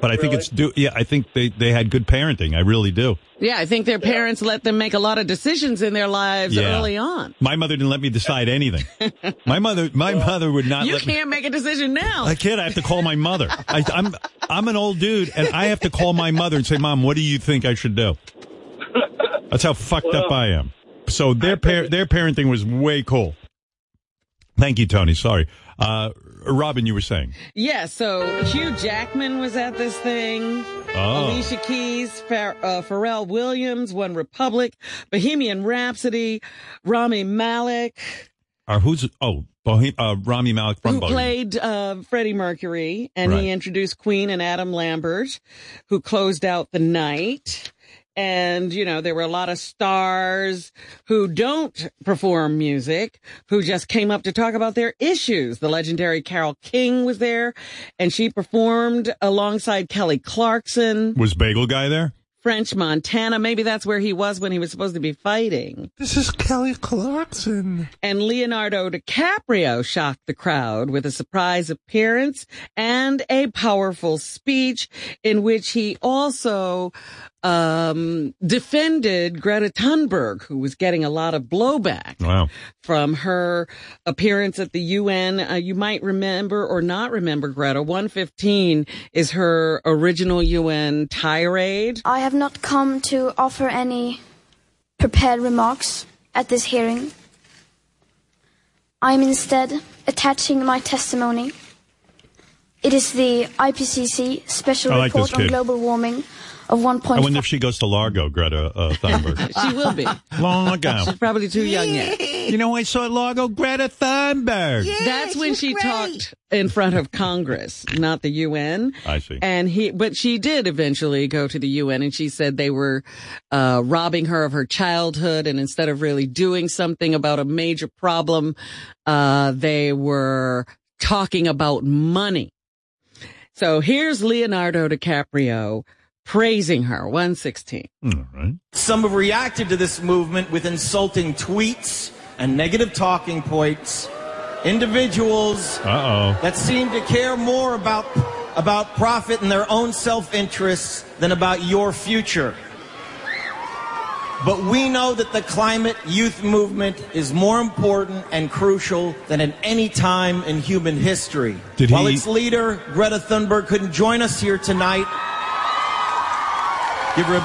Speaker 1: But I think it's do. Yeah, I think they they had good parenting. I really do.
Speaker 5: Yeah, I think their parents let them make a lot of decisions in their lives
Speaker 1: Yeah.
Speaker 5: early on.
Speaker 1: My mother didn't let me decide anything. my mother, my mother would not
Speaker 5: you
Speaker 1: let me.
Speaker 5: can't make a decision now.
Speaker 1: A kid, I have to call my mother. I, I'm I'm an old dude, and I have to call my mother and say, "Mom, what do you think I should do?" That's how fucked up
Speaker 13: Well-
Speaker 1: I am. So their par- their parenting was way cool. Thank you, Tony. Sorry, uh, Robin, you were saying.
Speaker 5: Yeah, so Hugh Jackman was at this thing.
Speaker 1: Oh.
Speaker 5: Alicia Keys, Pha- uh, Pharrell Williams, One Republic, Bohemian Rhapsody, Rami Malek,
Speaker 1: Or who's oh Bohem- uh, Rami Malek from
Speaker 5: who
Speaker 1: Bohem-
Speaker 5: played uh, Freddie Mercury, and
Speaker 1: Right.
Speaker 5: he introduced Queen and Adam Lambert, who closed out the night. And, you know, there were a lot of stars who don't perform music, who just came up to talk about their issues. The legendary Carol King was there and she performed alongside Kelly Clarkson,
Speaker 1: Was Bagel Guy there?
Speaker 5: French Montana. Maybe that's where he was when he was supposed to be fighting.
Speaker 14: This is Kelly Clarkson.
Speaker 5: And Leonardo DiCaprio shocked the crowd with a surprise appearance and a powerful speech in which he also um, defended Greta Thunberg, who was getting a lot of blowback
Speaker 1: Wow.
Speaker 5: from her appearance at the UN. Uh, you might remember or not remember Greta. 115 is her original UN tirade.
Speaker 15: I have not come to offer any prepared remarks at this hearing. I am instead attaching my testimony. It is the IPCC special
Speaker 1: I like
Speaker 15: report
Speaker 1: this
Speaker 15: on
Speaker 1: kid.
Speaker 15: global warming of 1.5.
Speaker 1: I wonder if she goes to Largo, Greta uh, Thunberg.
Speaker 5: She will be.
Speaker 1: Long ago.
Speaker 5: She's probably too young yet.
Speaker 1: You know, Oh, I saw Largo Greta Thunberg.
Speaker 5: That's when she talked in front of Congress, not the UN.
Speaker 1: I see.
Speaker 5: And he, but she did eventually go to the UN and she said they were, uh, robbing her of her childhood. And instead of really doing something about a major problem, uh, they were talking about money. So here's Leonardo DiCaprio praising her. 116.
Speaker 11: Hmm,
Speaker 16: Some have reacted to this movement with insulting tweets and negative talking points. Individuals that seem to care more about about profit and their own self-interests than about your future. But we know that the climate youth movement is more important and crucial than at any time in human history.
Speaker 1: Did
Speaker 16: While
Speaker 1: he-
Speaker 16: its leader, Greta Thunberg, couldn't join us here tonight,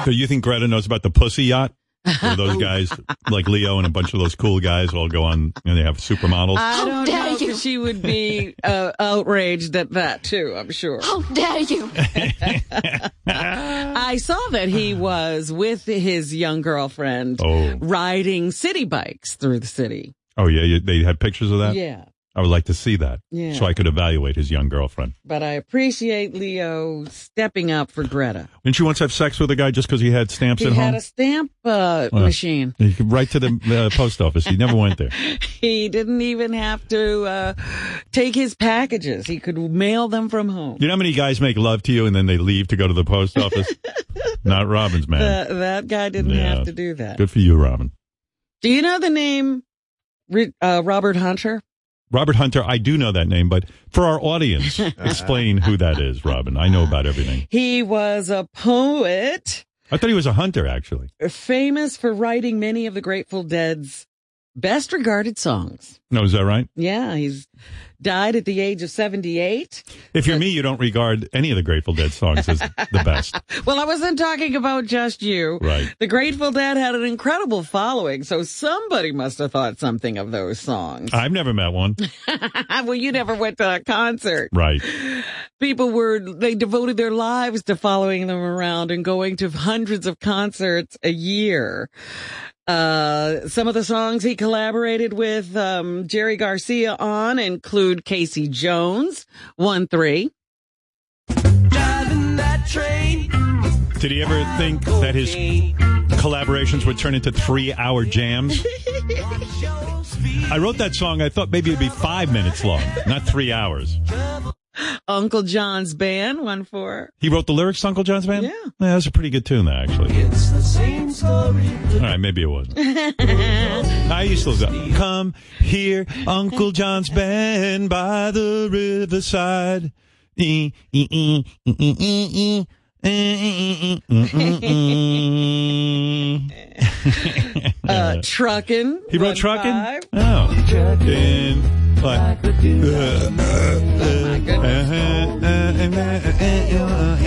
Speaker 1: Do you think Greta knows about the pussy yacht? Where those guys like Leo and a bunch of those cool guys all go on and they have supermodels.
Speaker 5: I don't know if she would be uh, outraged at that too. I'm sure. How
Speaker 15: dare you!
Speaker 5: I saw that he was with his young girlfriend riding city bikes through the city.
Speaker 1: oh yeah, you, they had pictures of that.
Speaker 5: Yeah.
Speaker 1: I would like to see that.
Speaker 5: Yeah.
Speaker 1: So I could evaluate his young girlfriend.
Speaker 5: But I appreciate Leo stepping up for Greta.
Speaker 1: Didn't she once have sex with a guy just because he had stamps
Speaker 5: he
Speaker 1: at
Speaker 5: had
Speaker 1: home?
Speaker 5: a stamp uh,
Speaker 1: Well,
Speaker 5: machine.
Speaker 1: he could- Right to the uh, post office. He never went there.
Speaker 5: He didn't even have to uh, take his packages. He could mail them from home.
Speaker 1: You know how many guys make love to you and then they leave to go to the post office? Not Robbins, man.
Speaker 5: That- that guy didn't
Speaker 1: Yeah.
Speaker 5: have to do that.
Speaker 1: Good for you, Robin.
Speaker 5: Do you know the name Ri- uh, Robert Hunter?
Speaker 1: Robert Hunter, I do know that name, but for our audience, explain who that is, Robin. I know about everything.
Speaker 5: He was a poet
Speaker 1: I thought he was a hunter, actually.
Speaker 5: famous for writing many of the Grateful Dead's best regarded songs.
Speaker 1: No, is that right?
Speaker 5: Yeah, he's died at the age of 78.
Speaker 1: If you're me, you don't regard any of the Grateful Dead songs as the best.
Speaker 5: Well, I wasn't talking about just you.
Speaker 1: Right.
Speaker 5: The Grateful Dead had an incredible following, so somebody must have thought something of those songs.
Speaker 1: I've never met one.
Speaker 5: well, you never went to a concert.
Speaker 1: Right.
Speaker 5: People were, they devoted their lives to following them around and going to hundreds of concerts a year. Uh, some of the songs he collaborated with, um, Jerry Garcia on include Casey Jones, 1 3.
Speaker 14: Driving that train.
Speaker 1: Did he ever think that his collaborations would turn into three hour jams? I wrote that song, I thought maybe it'd be five minutes long, not three hours.
Speaker 5: Uncle John's Band, 1 4.
Speaker 1: He wrote the lyrics to Uncle John's Band? Yeah. that was a pretty good tune, that, actually.
Speaker 14: It's the same story.
Speaker 1: All right, maybe it wasn't.
Speaker 11: Uh,
Speaker 1: I used to go, come here, Uncle John's band by the riverside. E, e, e, e, e, e, e, e, e, e, e, e, e.
Speaker 5: Uh, Truckin'.
Speaker 1: He wrote
Speaker 5: 1-5.
Speaker 1: Truckin'? Oh. And, Uh, like, uh,
Speaker 11: uh,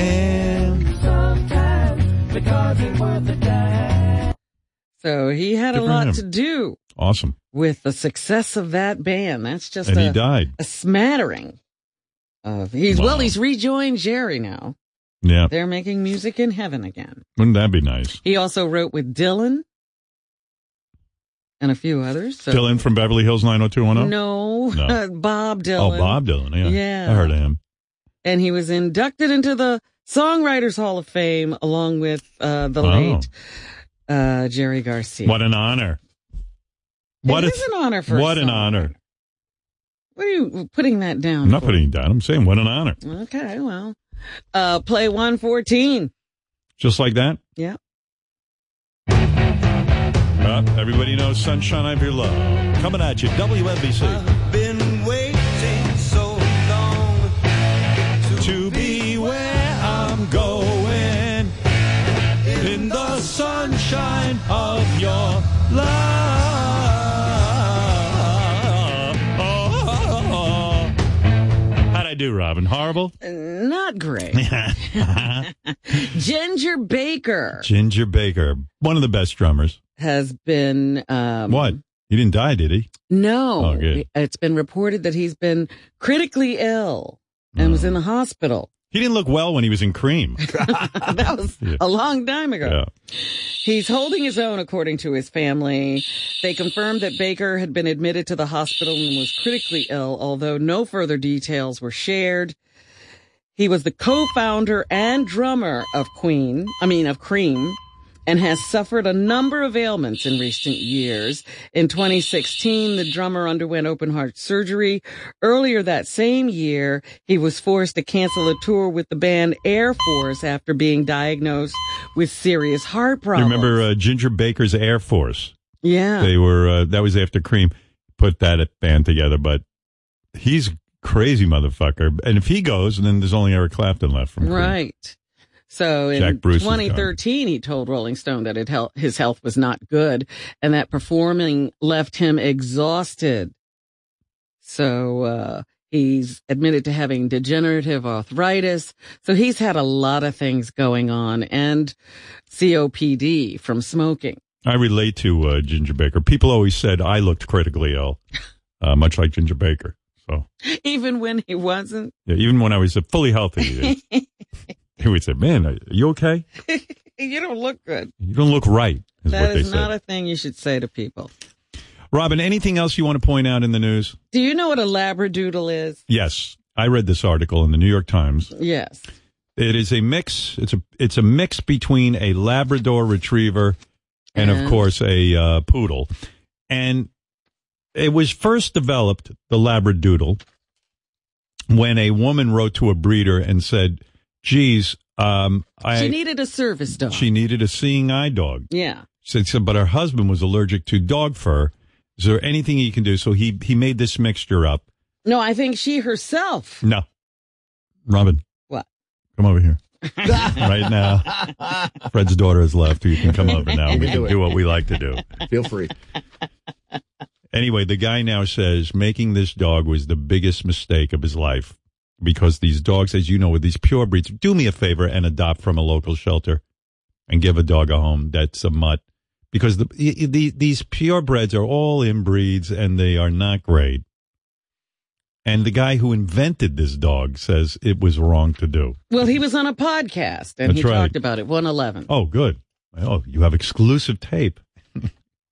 Speaker 11: uh,
Speaker 14: Sometimes the cause ain't worth a dime.
Speaker 5: So he had
Speaker 1: Good
Speaker 5: a
Speaker 1: for
Speaker 5: lot
Speaker 1: him.
Speaker 5: to do
Speaker 1: Awesome.
Speaker 5: with the success of that band. That's just
Speaker 1: And
Speaker 5: a,
Speaker 1: he died.
Speaker 5: a smattering of he's
Speaker 1: Wow.
Speaker 5: well, he's rejoined Jerry now.
Speaker 1: Yeah.
Speaker 5: They're making music in heaven again.
Speaker 1: Wouldn't that be nice?
Speaker 5: He also wrote with Dylan and a few others. So.
Speaker 1: Dylan from Beverly Hills 90210?
Speaker 5: No,
Speaker 1: No.
Speaker 5: Bob Dylan.
Speaker 1: Oh, Bob Dylan. Yeah.
Speaker 5: Yeah.
Speaker 1: I heard of him.
Speaker 5: And he was inducted into the Songwriters Hall of Fame, along with uh, the
Speaker 1: Oh.
Speaker 5: late uh, Jerry Garcia.
Speaker 1: What an honor. What
Speaker 5: It
Speaker 1: a-
Speaker 5: is an honor for a
Speaker 1: What an
Speaker 5: song.
Speaker 1: honor.
Speaker 5: What are you putting that down?
Speaker 1: I'm not
Speaker 5: for?
Speaker 1: putting it down. I'm saying what an honor.
Speaker 5: Okay, well, uh, play one fourteen.
Speaker 1: Just like that.
Speaker 5: Yeah.
Speaker 1: Uh, everybody knows Sunshine of Your Love. Coming at you, WNBC.
Speaker 11: Been waiting so long to be where I'm going in the sunshine of your love.
Speaker 1: How'd I do, Robin? Horrible?
Speaker 5: Not great. Ginger Baker
Speaker 1: Ginger Baker, one of the best drummers.
Speaker 5: has been um,
Speaker 1: what? He didn't die, did he?
Speaker 5: No,
Speaker 1: Oh, good.
Speaker 5: it's been reported that he's been critically ill and
Speaker 1: Oh.
Speaker 5: was in the hospital.
Speaker 1: He didn't look well when he was in cream.
Speaker 5: that was
Speaker 1: Yeah.
Speaker 5: a long time ago. He's holding his own, according to his family. They confirmed that Baker had been admitted to the hospital and was critically ill, although no further details were shared. He was the co-founder and drummer of Queen, I mean of Cream, and has suffered a number of ailments in recent years. In 2016, the drummer underwent open heart surgery. Earlier that same year, he was forced to cancel a tour with the band Air Force after being diagnosed with serious heart
Speaker 1: You
Speaker 5: problems.
Speaker 1: remember uh, Ginger Baker's Air Force?
Speaker 5: Yeah.
Speaker 1: They were, uh, that was after Cream put that band together, but he's crazy motherfucker. And if he goes, then there's only Eric Clapton left from Cream.
Speaker 5: Right. So in
Speaker 1: Jack Bruce is gone.
Speaker 5: 2013, he told Rolling Stone that it hel- his health was not good and that performing left him exhausted. So, uh, he's admitted to having degenerative arthritis. So he's had a lot of things going on and COPD from smoking.
Speaker 1: I relate to uh, Ginger Baker. People always said I looked critically ill, uh, much like Ginger Baker. So
Speaker 5: Even when he wasn't.
Speaker 1: yeah, even when I was uh, fully healthy, they- they would say, "Man, are you okay?
Speaker 5: you don't look good.
Speaker 1: You don't look right." Is what
Speaker 5: That
Speaker 1: they
Speaker 5: is
Speaker 1: said.
Speaker 5: not a thing you should say to people.
Speaker 1: Robin, anything else you want to point out in the news?
Speaker 5: Do you know what a labradoodle is?
Speaker 1: Yes, I read this article in the New York Times.
Speaker 5: Yes.
Speaker 1: It is a mix. It's a it's a mix between a Labrador Retriever and,
Speaker 5: And?
Speaker 1: of course, a uh, poodle. And it was first developed the Labradoodle when a woman wrote to a breeder and said, "Geez, um, I
Speaker 5: she needed a service dog.
Speaker 1: she needed a seeing eye dog."
Speaker 5: yeah.
Speaker 1: She said, so- but her husband was allergic to dog fur. Is there anything he can do? So he he made this mixture up.
Speaker 5: No, I think she herself.
Speaker 1: No, Robin,
Speaker 5: What?
Speaker 1: come over here right now. Fred's daughter has left. You can come over now. We can do what we like to do.
Speaker 7: Feel free.
Speaker 1: Anyway, the guy now says making this dog was the biggest mistake of his life because these dogs, as you know, with these pure breeds, do me a favor and adopt from a local shelter and give a dog a home that's a mutt because the, y- y- the these purebreds are all inbreeds and they are not great. And the guy who invented this dog says it was wrong to do.
Speaker 5: Well, he was on a podcast and
Speaker 1: That's
Speaker 5: he
Speaker 1: right.
Speaker 5: talked about it. 111.
Speaker 1: Oh, good. Oh, you have exclusive tape.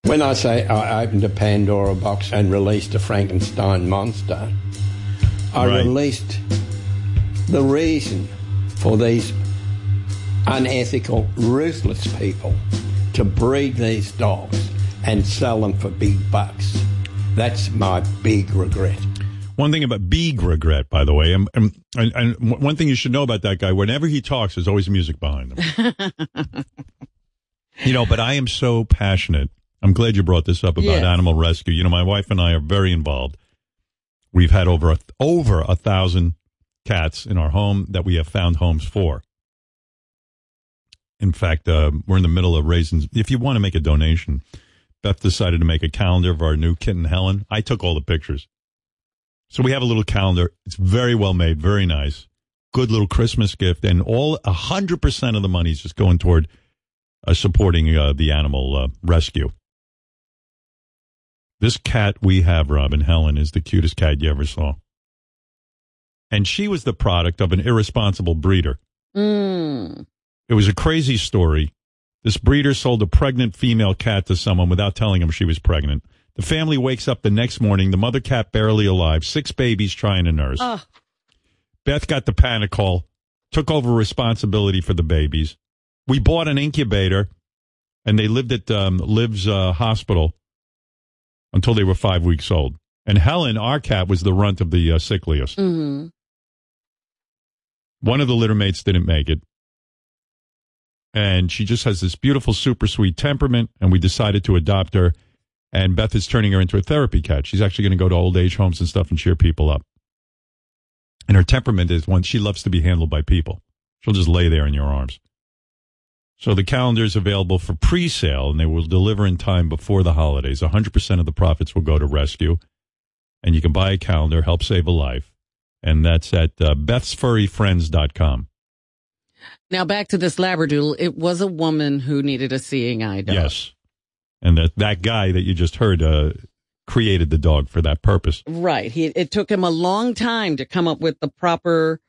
Speaker 17: When I say I opened a Pandora box and released a Frankenstein monster, I
Speaker 1: Right.
Speaker 17: released the reason for these unethical, ruthless people to breed these dogs and sell them for big bucks. That's my big regret.
Speaker 1: One thing about big regret, by the way, and, and, and, and w- one thing you should know about that guy, whenever he talks, there's always music behind him. you know, but I am so passionate. I'm glad you brought this up about
Speaker 4: Yes.
Speaker 1: animal rescue. You know, my wife and I are very involved. We've had over a, over a thousand cats in our home that we have found homes for. In fact, uh, we're in the middle of raisins. If you want to make a donation, Beth decided to make a calendar of our new kitten Helen. I took all the pictures. So we have a little calendar. It's very well made, very nice. Good little Christmas gift. And all 100% of the money is just going toward uh, supporting uh, the animal uh, rescue. This cat we have, Robin Helen, is the cutest cat you ever saw. And she was the product of an irresponsible breeder.
Speaker 5: Mm.
Speaker 1: It was a crazy story. This breeder sold a pregnant female cat to someone without telling him she was pregnant. The family wakes up the next morning, the mother cat barely alive, six babies trying to nurse.
Speaker 5: Oh,
Speaker 1: Beth got the panic call. took over responsibility for the babies. We bought an incubator, and they lived at um, Liv's uh, hospital until they were five weeks old. And Helen, our cat, was the runt of the uh, sickliest.
Speaker 5: Mm-hmm.
Speaker 1: One of the litter mates didn't make it. And she just has this beautiful, super sweet temperament. And we decided to adopt her. And Beth is turning her into a therapy cat. She's actually going to go to old age homes and stuff and cheer people up. And her temperament is one, she loves to be handled by people. She'll just lay there in your arms. So the calendar is available for pre-sale and they will deliver in time before the holidays. 100% of the profits will go to rescue. And you can buy a calendar, help save a life. And that's at uh, bethsfurryfriends.com.
Speaker 5: Now back to this labradoodle. It was a woman who needed a seeing eye dog.
Speaker 1: Yes. And that, that guy that you just heard uh, created the dog for that purpose.
Speaker 5: Right. He it took him a long time to come up with the proper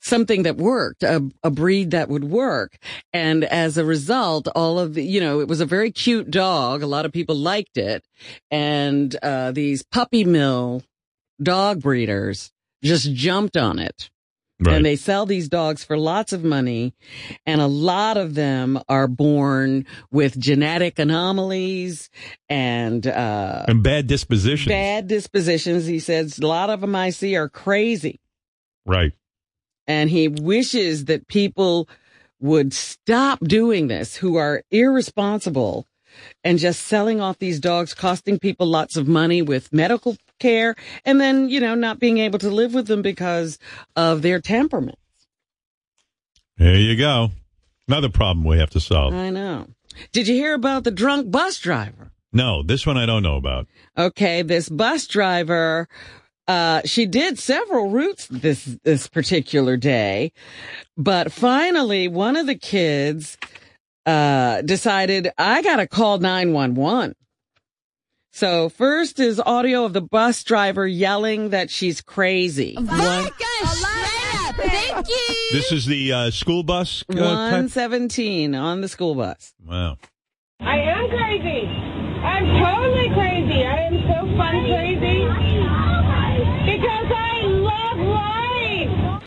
Speaker 5: something that worked, a, a breed that would work. And as a result, all of the, you know, it was a very cute dog. A lot of people liked it. And uh these puppy mill dog breeders just jumped on it.
Speaker 1: Right.
Speaker 5: And they sell these dogs for lots of money. And a lot of them are born with genetic anomalies and, uh,
Speaker 1: And bad disposition.
Speaker 5: bad dispositions. He says a lot of them I see are crazy.
Speaker 1: Right.
Speaker 5: And he wishes that people would stop doing this who are irresponsible and just selling off these dogs, costing people lots of money with medical care and then, you know, not being able to live with them because of their temperament.
Speaker 1: There you go. Another problem we have to solve.
Speaker 5: I know. Did you hear about the drunk bus driver?
Speaker 1: No, this one I don't know about.
Speaker 5: Okay, this bus driver, uh, she did several routes this this particular day, but finally one of the kids uh decided I gotta call nine one one. So first is audio of the bus driver yelling that she's crazy. One-
Speaker 14: Thank you.
Speaker 1: This is the uh, school bus. Uh, type?
Speaker 5: 117 on the school bus.
Speaker 1: Wow.
Speaker 14: I am crazy. I'm totally crazy. I am so fun crazy. Because I love life.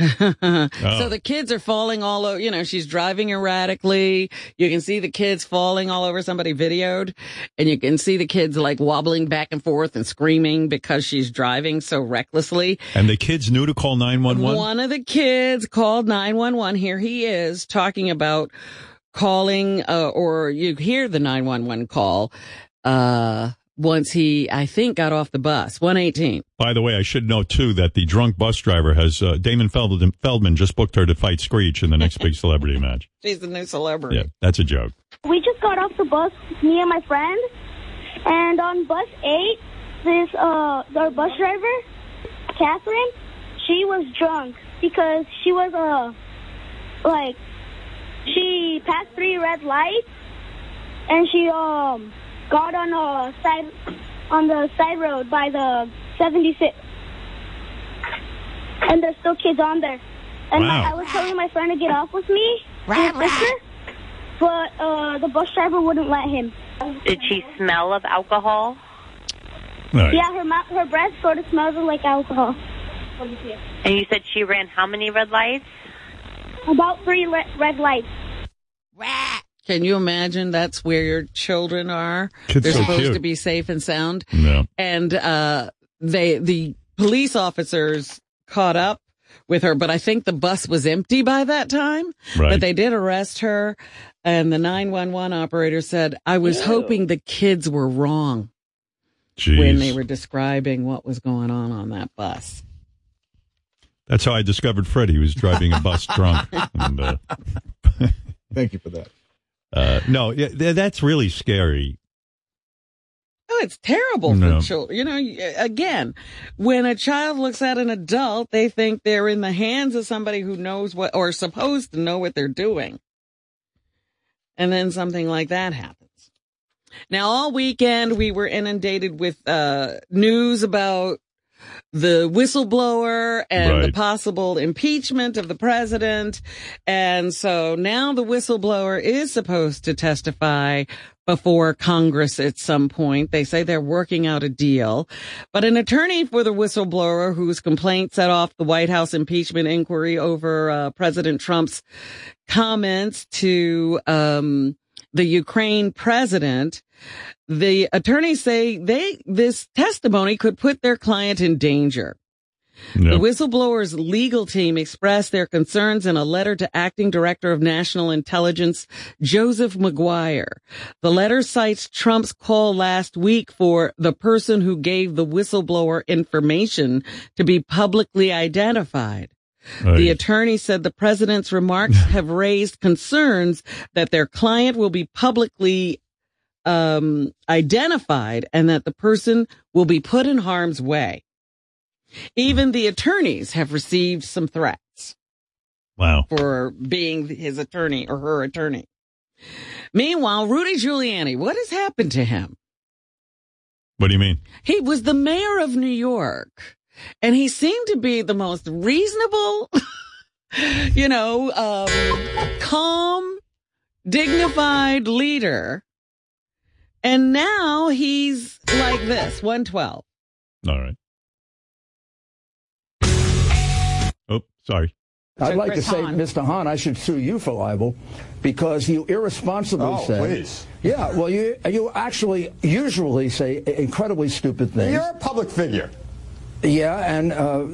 Speaker 1: Oh.
Speaker 2: Oh.
Speaker 5: So the kids are falling all over, you know, she's driving erratically. You can see the kids falling all over somebody videoed and you can see the kids like wobbling back and forth and screaming because she's driving so recklessly.
Speaker 1: And the kids knew to call 911?
Speaker 5: One of the kids called 911. Here he is talking about calling, uh, or you hear the 911 call, uh, once he, I think, got off the bus, 118.
Speaker 1: By the way, I should note, too, that the drunk bus driver has uh, Damon Feldman, Feldman just booked her to fight Screech in the next big celebrity match.
Speaker 5: She's the new celebrity.
Speaker 1: Yeah, that's a joke.
Speaker 18: We just got off the bus, me and my friend, and on bus eight, this uh, our bus driver, Catherine, she was drunk because she was uh, like, she passed three red lights, and she um got on a side on the side road by the 76, and there's still kids on there. And my,
Speaker 14: Wow.
Speaker 18: I was telling my friend to get off with me, his sister, but uh, the bus driver wouldn't let him.
Speaker 11: Did she smell of alcohol?
Speaker 18: Yeah, her mouth, her breath sort of smells like alcohol.
Speaker 11: And you said she ran how many red lights?
Speaker 18: About three le- red lights.
Speaker 5: Can you imagine that's where your children are?
Speaker 14: Kids
Speaker 5: They're
Speaker 14: so
Speaker 5: supposed
Speaker 14: cute.
Speaker 5: to be safe and sound.
Speaker 14: No.
Speaker 5: And uh they the police officers caught up with her, but I think the bus was empty by that time.
Speaker 14: Right.
Speaker 5: But they did arrest her and the 911 operator said, "I was
Speaker 14: Ew.
Speaker 5: hoping the kids were wrong." When they were describing what was going on on that bus.
Speaker 1: That's how I discovered Freddie. He was driving a bus drunk. And, uh,
Speaker 19: Thank you for that.
Speaker 1: uh, no, yeah, th- that's really scary.
Speaker 5: Oh, it's terrible
Speaker 1: No.
Speaker 5: for children. You know, y- again, when a child looks at an adult, they think they're in the hands of somebody who knows what or supposed to know what they're doing. And then something like that happens. Now, all weekend, we were inundated with uh, news about the whistleblower and the
Speaker 20: Right.
Speaker 5: possible impeachment of the president. And so now the whistleblower is supposed to testify before Congress at some point. They say they're working out a deal, but an attorney for the whistleblower whose complaint set off the White House impeachment inquiry over uh, President Trump's comments to, um, the Ukraine president, the attorneys say they this testimony could put their client in danger. The whistleblower's legal team expressed their concerns in a letter to acting director of national intelligence, Joseph McGuire. The letter cites Trump's call last week for the person who gave the whistleblower information to be publicly identified. The attorney said the president's remarks have raised concerns that their client will be publicly um, identified and that the person will be put in harm's way. Even the attorneys have received some threats.
Speaker 1: Wow.
Speaker 5: For being his attorney or her attorney. Meanwhile, Rudy Giuliani, what has happened to him?
Speaker 1: What do you mean?
Speaker 5: He was the mayor of New York and he seemed to be the most reasonable, you know, um, calm, dignified leader. And now he's like this, 112.
Speaker 1: All right. Oh, sorry.
Speaker 21: I'd
Speaker 1: So
Speaker 21: like
Speaker 1: Chris
Speaker 21: to say,
Speaker 1: Hahn.
Speaker 21: Mr. Hahn, I should sue you for libel because you irresponsibly
Speaker 17: Oh,
Speaker 21: say.
Speaker 17: please.
Speaker 21: Yeah, well, you, you actually usually say incredibly stupid things.
Speaker 17: You're a public figure.
Speaker 21: Yeah, and uh,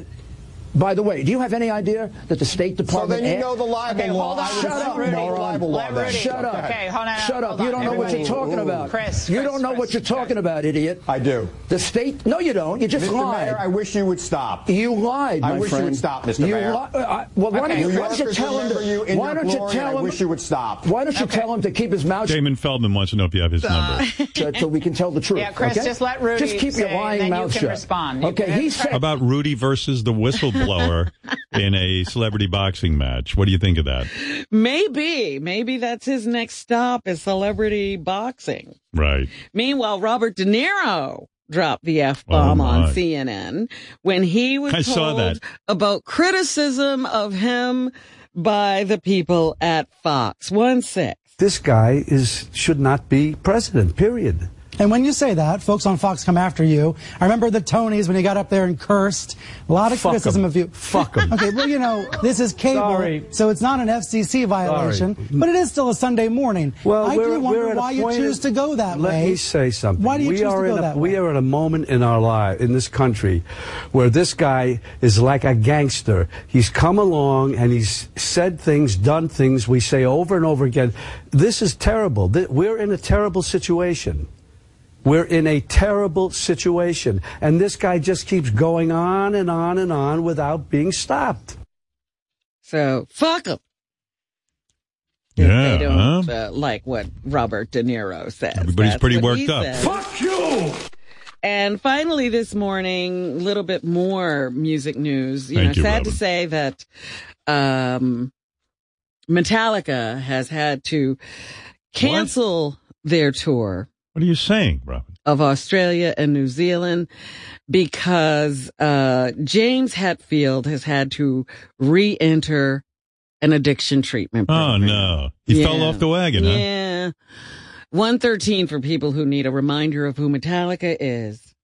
Speaker 21: by the way, do you have any idea that the State
Speaker 17: So
Speaker 21: Department.
Speaker 17: then you
Speaker 21: a-
Speaker 17: know the libel
Speaker 21: Okay,
Speaker 17: law.
Speaker 21: hold on.
Speaker 17: I would
Speaker 21: Shut
Speaker 17: say
Speaker 21: up,
Speaker 17: Rudy.
Speaker 21: moron.
Speaker 17: Libel law then.
Speaker 21: Shut up.
Speaker 17: Okay, hold on,
Speaker 21: Shut
Speaker 17: hold
Speaker 21: up.
Speaker 17: on.
Speaker 21: You don't know what you're
Speaker 17: Everybody-
Speaker 21: talking
Speaker 17: Ooh.
Speaker 21: about.
Speaker 17: Chris,
Speaker 21: You
Speaker 17: Chris,
Speaker 21: don't know what you're talking about, idiot.
Speaker 17: I do.
Speaker 21: The state? No, you don't. You just
Speaker 17: Mr.
Speaker 21: lied.
Speaker 17: Mayor, I wish you would stop.
Speaker 21: You lied,
Speaker 17: I
Speaker 21: my
Speaker 17: wish you
Speaker 21: friend.
Speaker 17: would stop, Mr.
Speaker 21: You
Speaker 17: Mayor.
Speaker 21: li- uh, well, why
Speaker 17: Okay.
Speaker 21: don't
Speaker 17: New
Speaker 21: you, why don't you
Speaker 17: Yorkers
Speaker 21: tell him?
Speaker 17: remember you
Speaker 21: To,
Speaker 17: in
Speaker 21: why
Speaker 17: your
Speaker 21: don't you
Speaker 17: glory, and
Speaker 21: tell
Speaker 17: I
Speaker 21: him?
Speaker 17: wish you would stop.
Speaker 21: Why don't you tell him to keep his mouth Uh,
Speaker 1: Damon Feldman wants to know if you have his number.
Speaker 21: shut so, so we can tell the truth?
Speaker 22: Yeah, Chris,
Speaker 21: okay?
Speaker 22: just let Rudy
Speaker 21: Just keep
Speaker 22: say,
Speaker 21: your lying
Speaker 22: then you
Speaker 21: mouth
Speaker 22: can
Speaker 21: shut.
Speaker 22: respond. You
Speaker 21: Okay,
Speaker 22: can-
Speaker 21: he
Speaker 22: Chris-
Speaker 1: How
Speaker 21: said.
Speaker 1: about Rudy versus the whistleblower in a celebrity boxing match? What do you think of that?
Speaker 5: Maybe, maybe that's his next stop is celebrity boxing.
Speaker 1: Right.
Speaker 5: Meanwhile, Robert De Niro dropped the F bomb
Speaker 1: Oh, my.
Speaker 5: on CNN when he was
Speaker 1: I
Speaker 5: told
Speaker 1: saw that.
Speaker 5: about criticism of him by the people at Fox. One sec.
Speaker 23: This guy is should not be president. Period.
Speaker 24: And when you say that, folks on Fox come after you. I remember the Tonys when he got up there and cursed. A lot of
Speaker 23: Fuck 'em.
Speaker 24: criticism of you.
Speaker 23: Fuck 'em.
Speaker 24: Okay, well, you know, this is cable,
Speaker 23: Sorry.
Speaker 24: so it's not an FCC violation,
Speaker 23: Sorry.
Speaker 24: but it is still a Sunday morning.
Speaker 23: Well,
Speaker 24: I
Speaker 23: we're,
Speaker 24: do wonder
Speaker 23: we're at a
Speaker 24: why you
Speaker 23: point-
Speaker 24: choose to go that
Speaker 23: let
Speaker 24: way.
Speaker 23: me say something.
Speaker 24: Why do you
Speaker 23: we
Speaker 24: choose to
Speaker 23: are
Speaker 24: go
Speaker 23: in a,
Speaker 24: that
Speaker 23: We are at a moment in our life, in this country, where this guy is like a gangster. He's come along and he's said things, done things we say over and over again. This is terrible. Th- We're in a terrible situation. We're in a terrible situation. And this guy just keeps going on and on and on without being stopped.
Speaker 5: So fuck him.
Speaker 1: Yeah.
Speaker 5: They don't
Speaker 1: huh?
Speaker 5: uh, like what Robert De Niro says.
Speaker 1: Everybody's
Speaker 5: That's
Speaker 1: pretty
Speaker 5: what he
Speaker 1: worked up.
Speaker 5: says.
Speaker 23: Fuck you!
Speaker 5: And finally, this morning, a little bit more music news. You
Speaker 22: Thank
Speaker 5: know,
Speaker 22: you,
Speaker 5: sad
Speaker 22: Robin.
Speaker 5: to say that um, Metallica has had to cancel their tour.
Speaker 1: What are you saying, Robin?
Speaker 5: Of Australia and New Zealand because uh, James Hetfield has had to re enter an addiction treatment
Speaker 1: Oh,
Speaker 5: program.
Speaker 1: no. He fell
Speaker 5: Yeah.
Speaker 1: off the wagon, huh?
Speaker 5: Yeah. 113 for people who need a reminder of who Metallica is.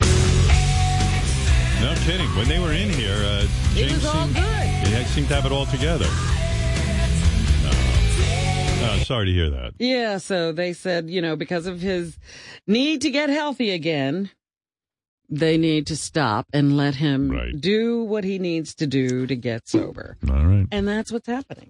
Speaker 1: No kidding. When they were in here, uh, James
Speaker 5: was all
Speaker 1: seemed,
Speaker 5: good.
Speaker 1: He had- seemed to have it all together. Oh. Oh, sorry to hear that.
Speaker 5: Yeah, so they said, you know, because of his need to get healthy again, they need to stop and let him do what he needs to do to get sober.
Speaker 1: All right.
Speaker 5: And that's what's happening.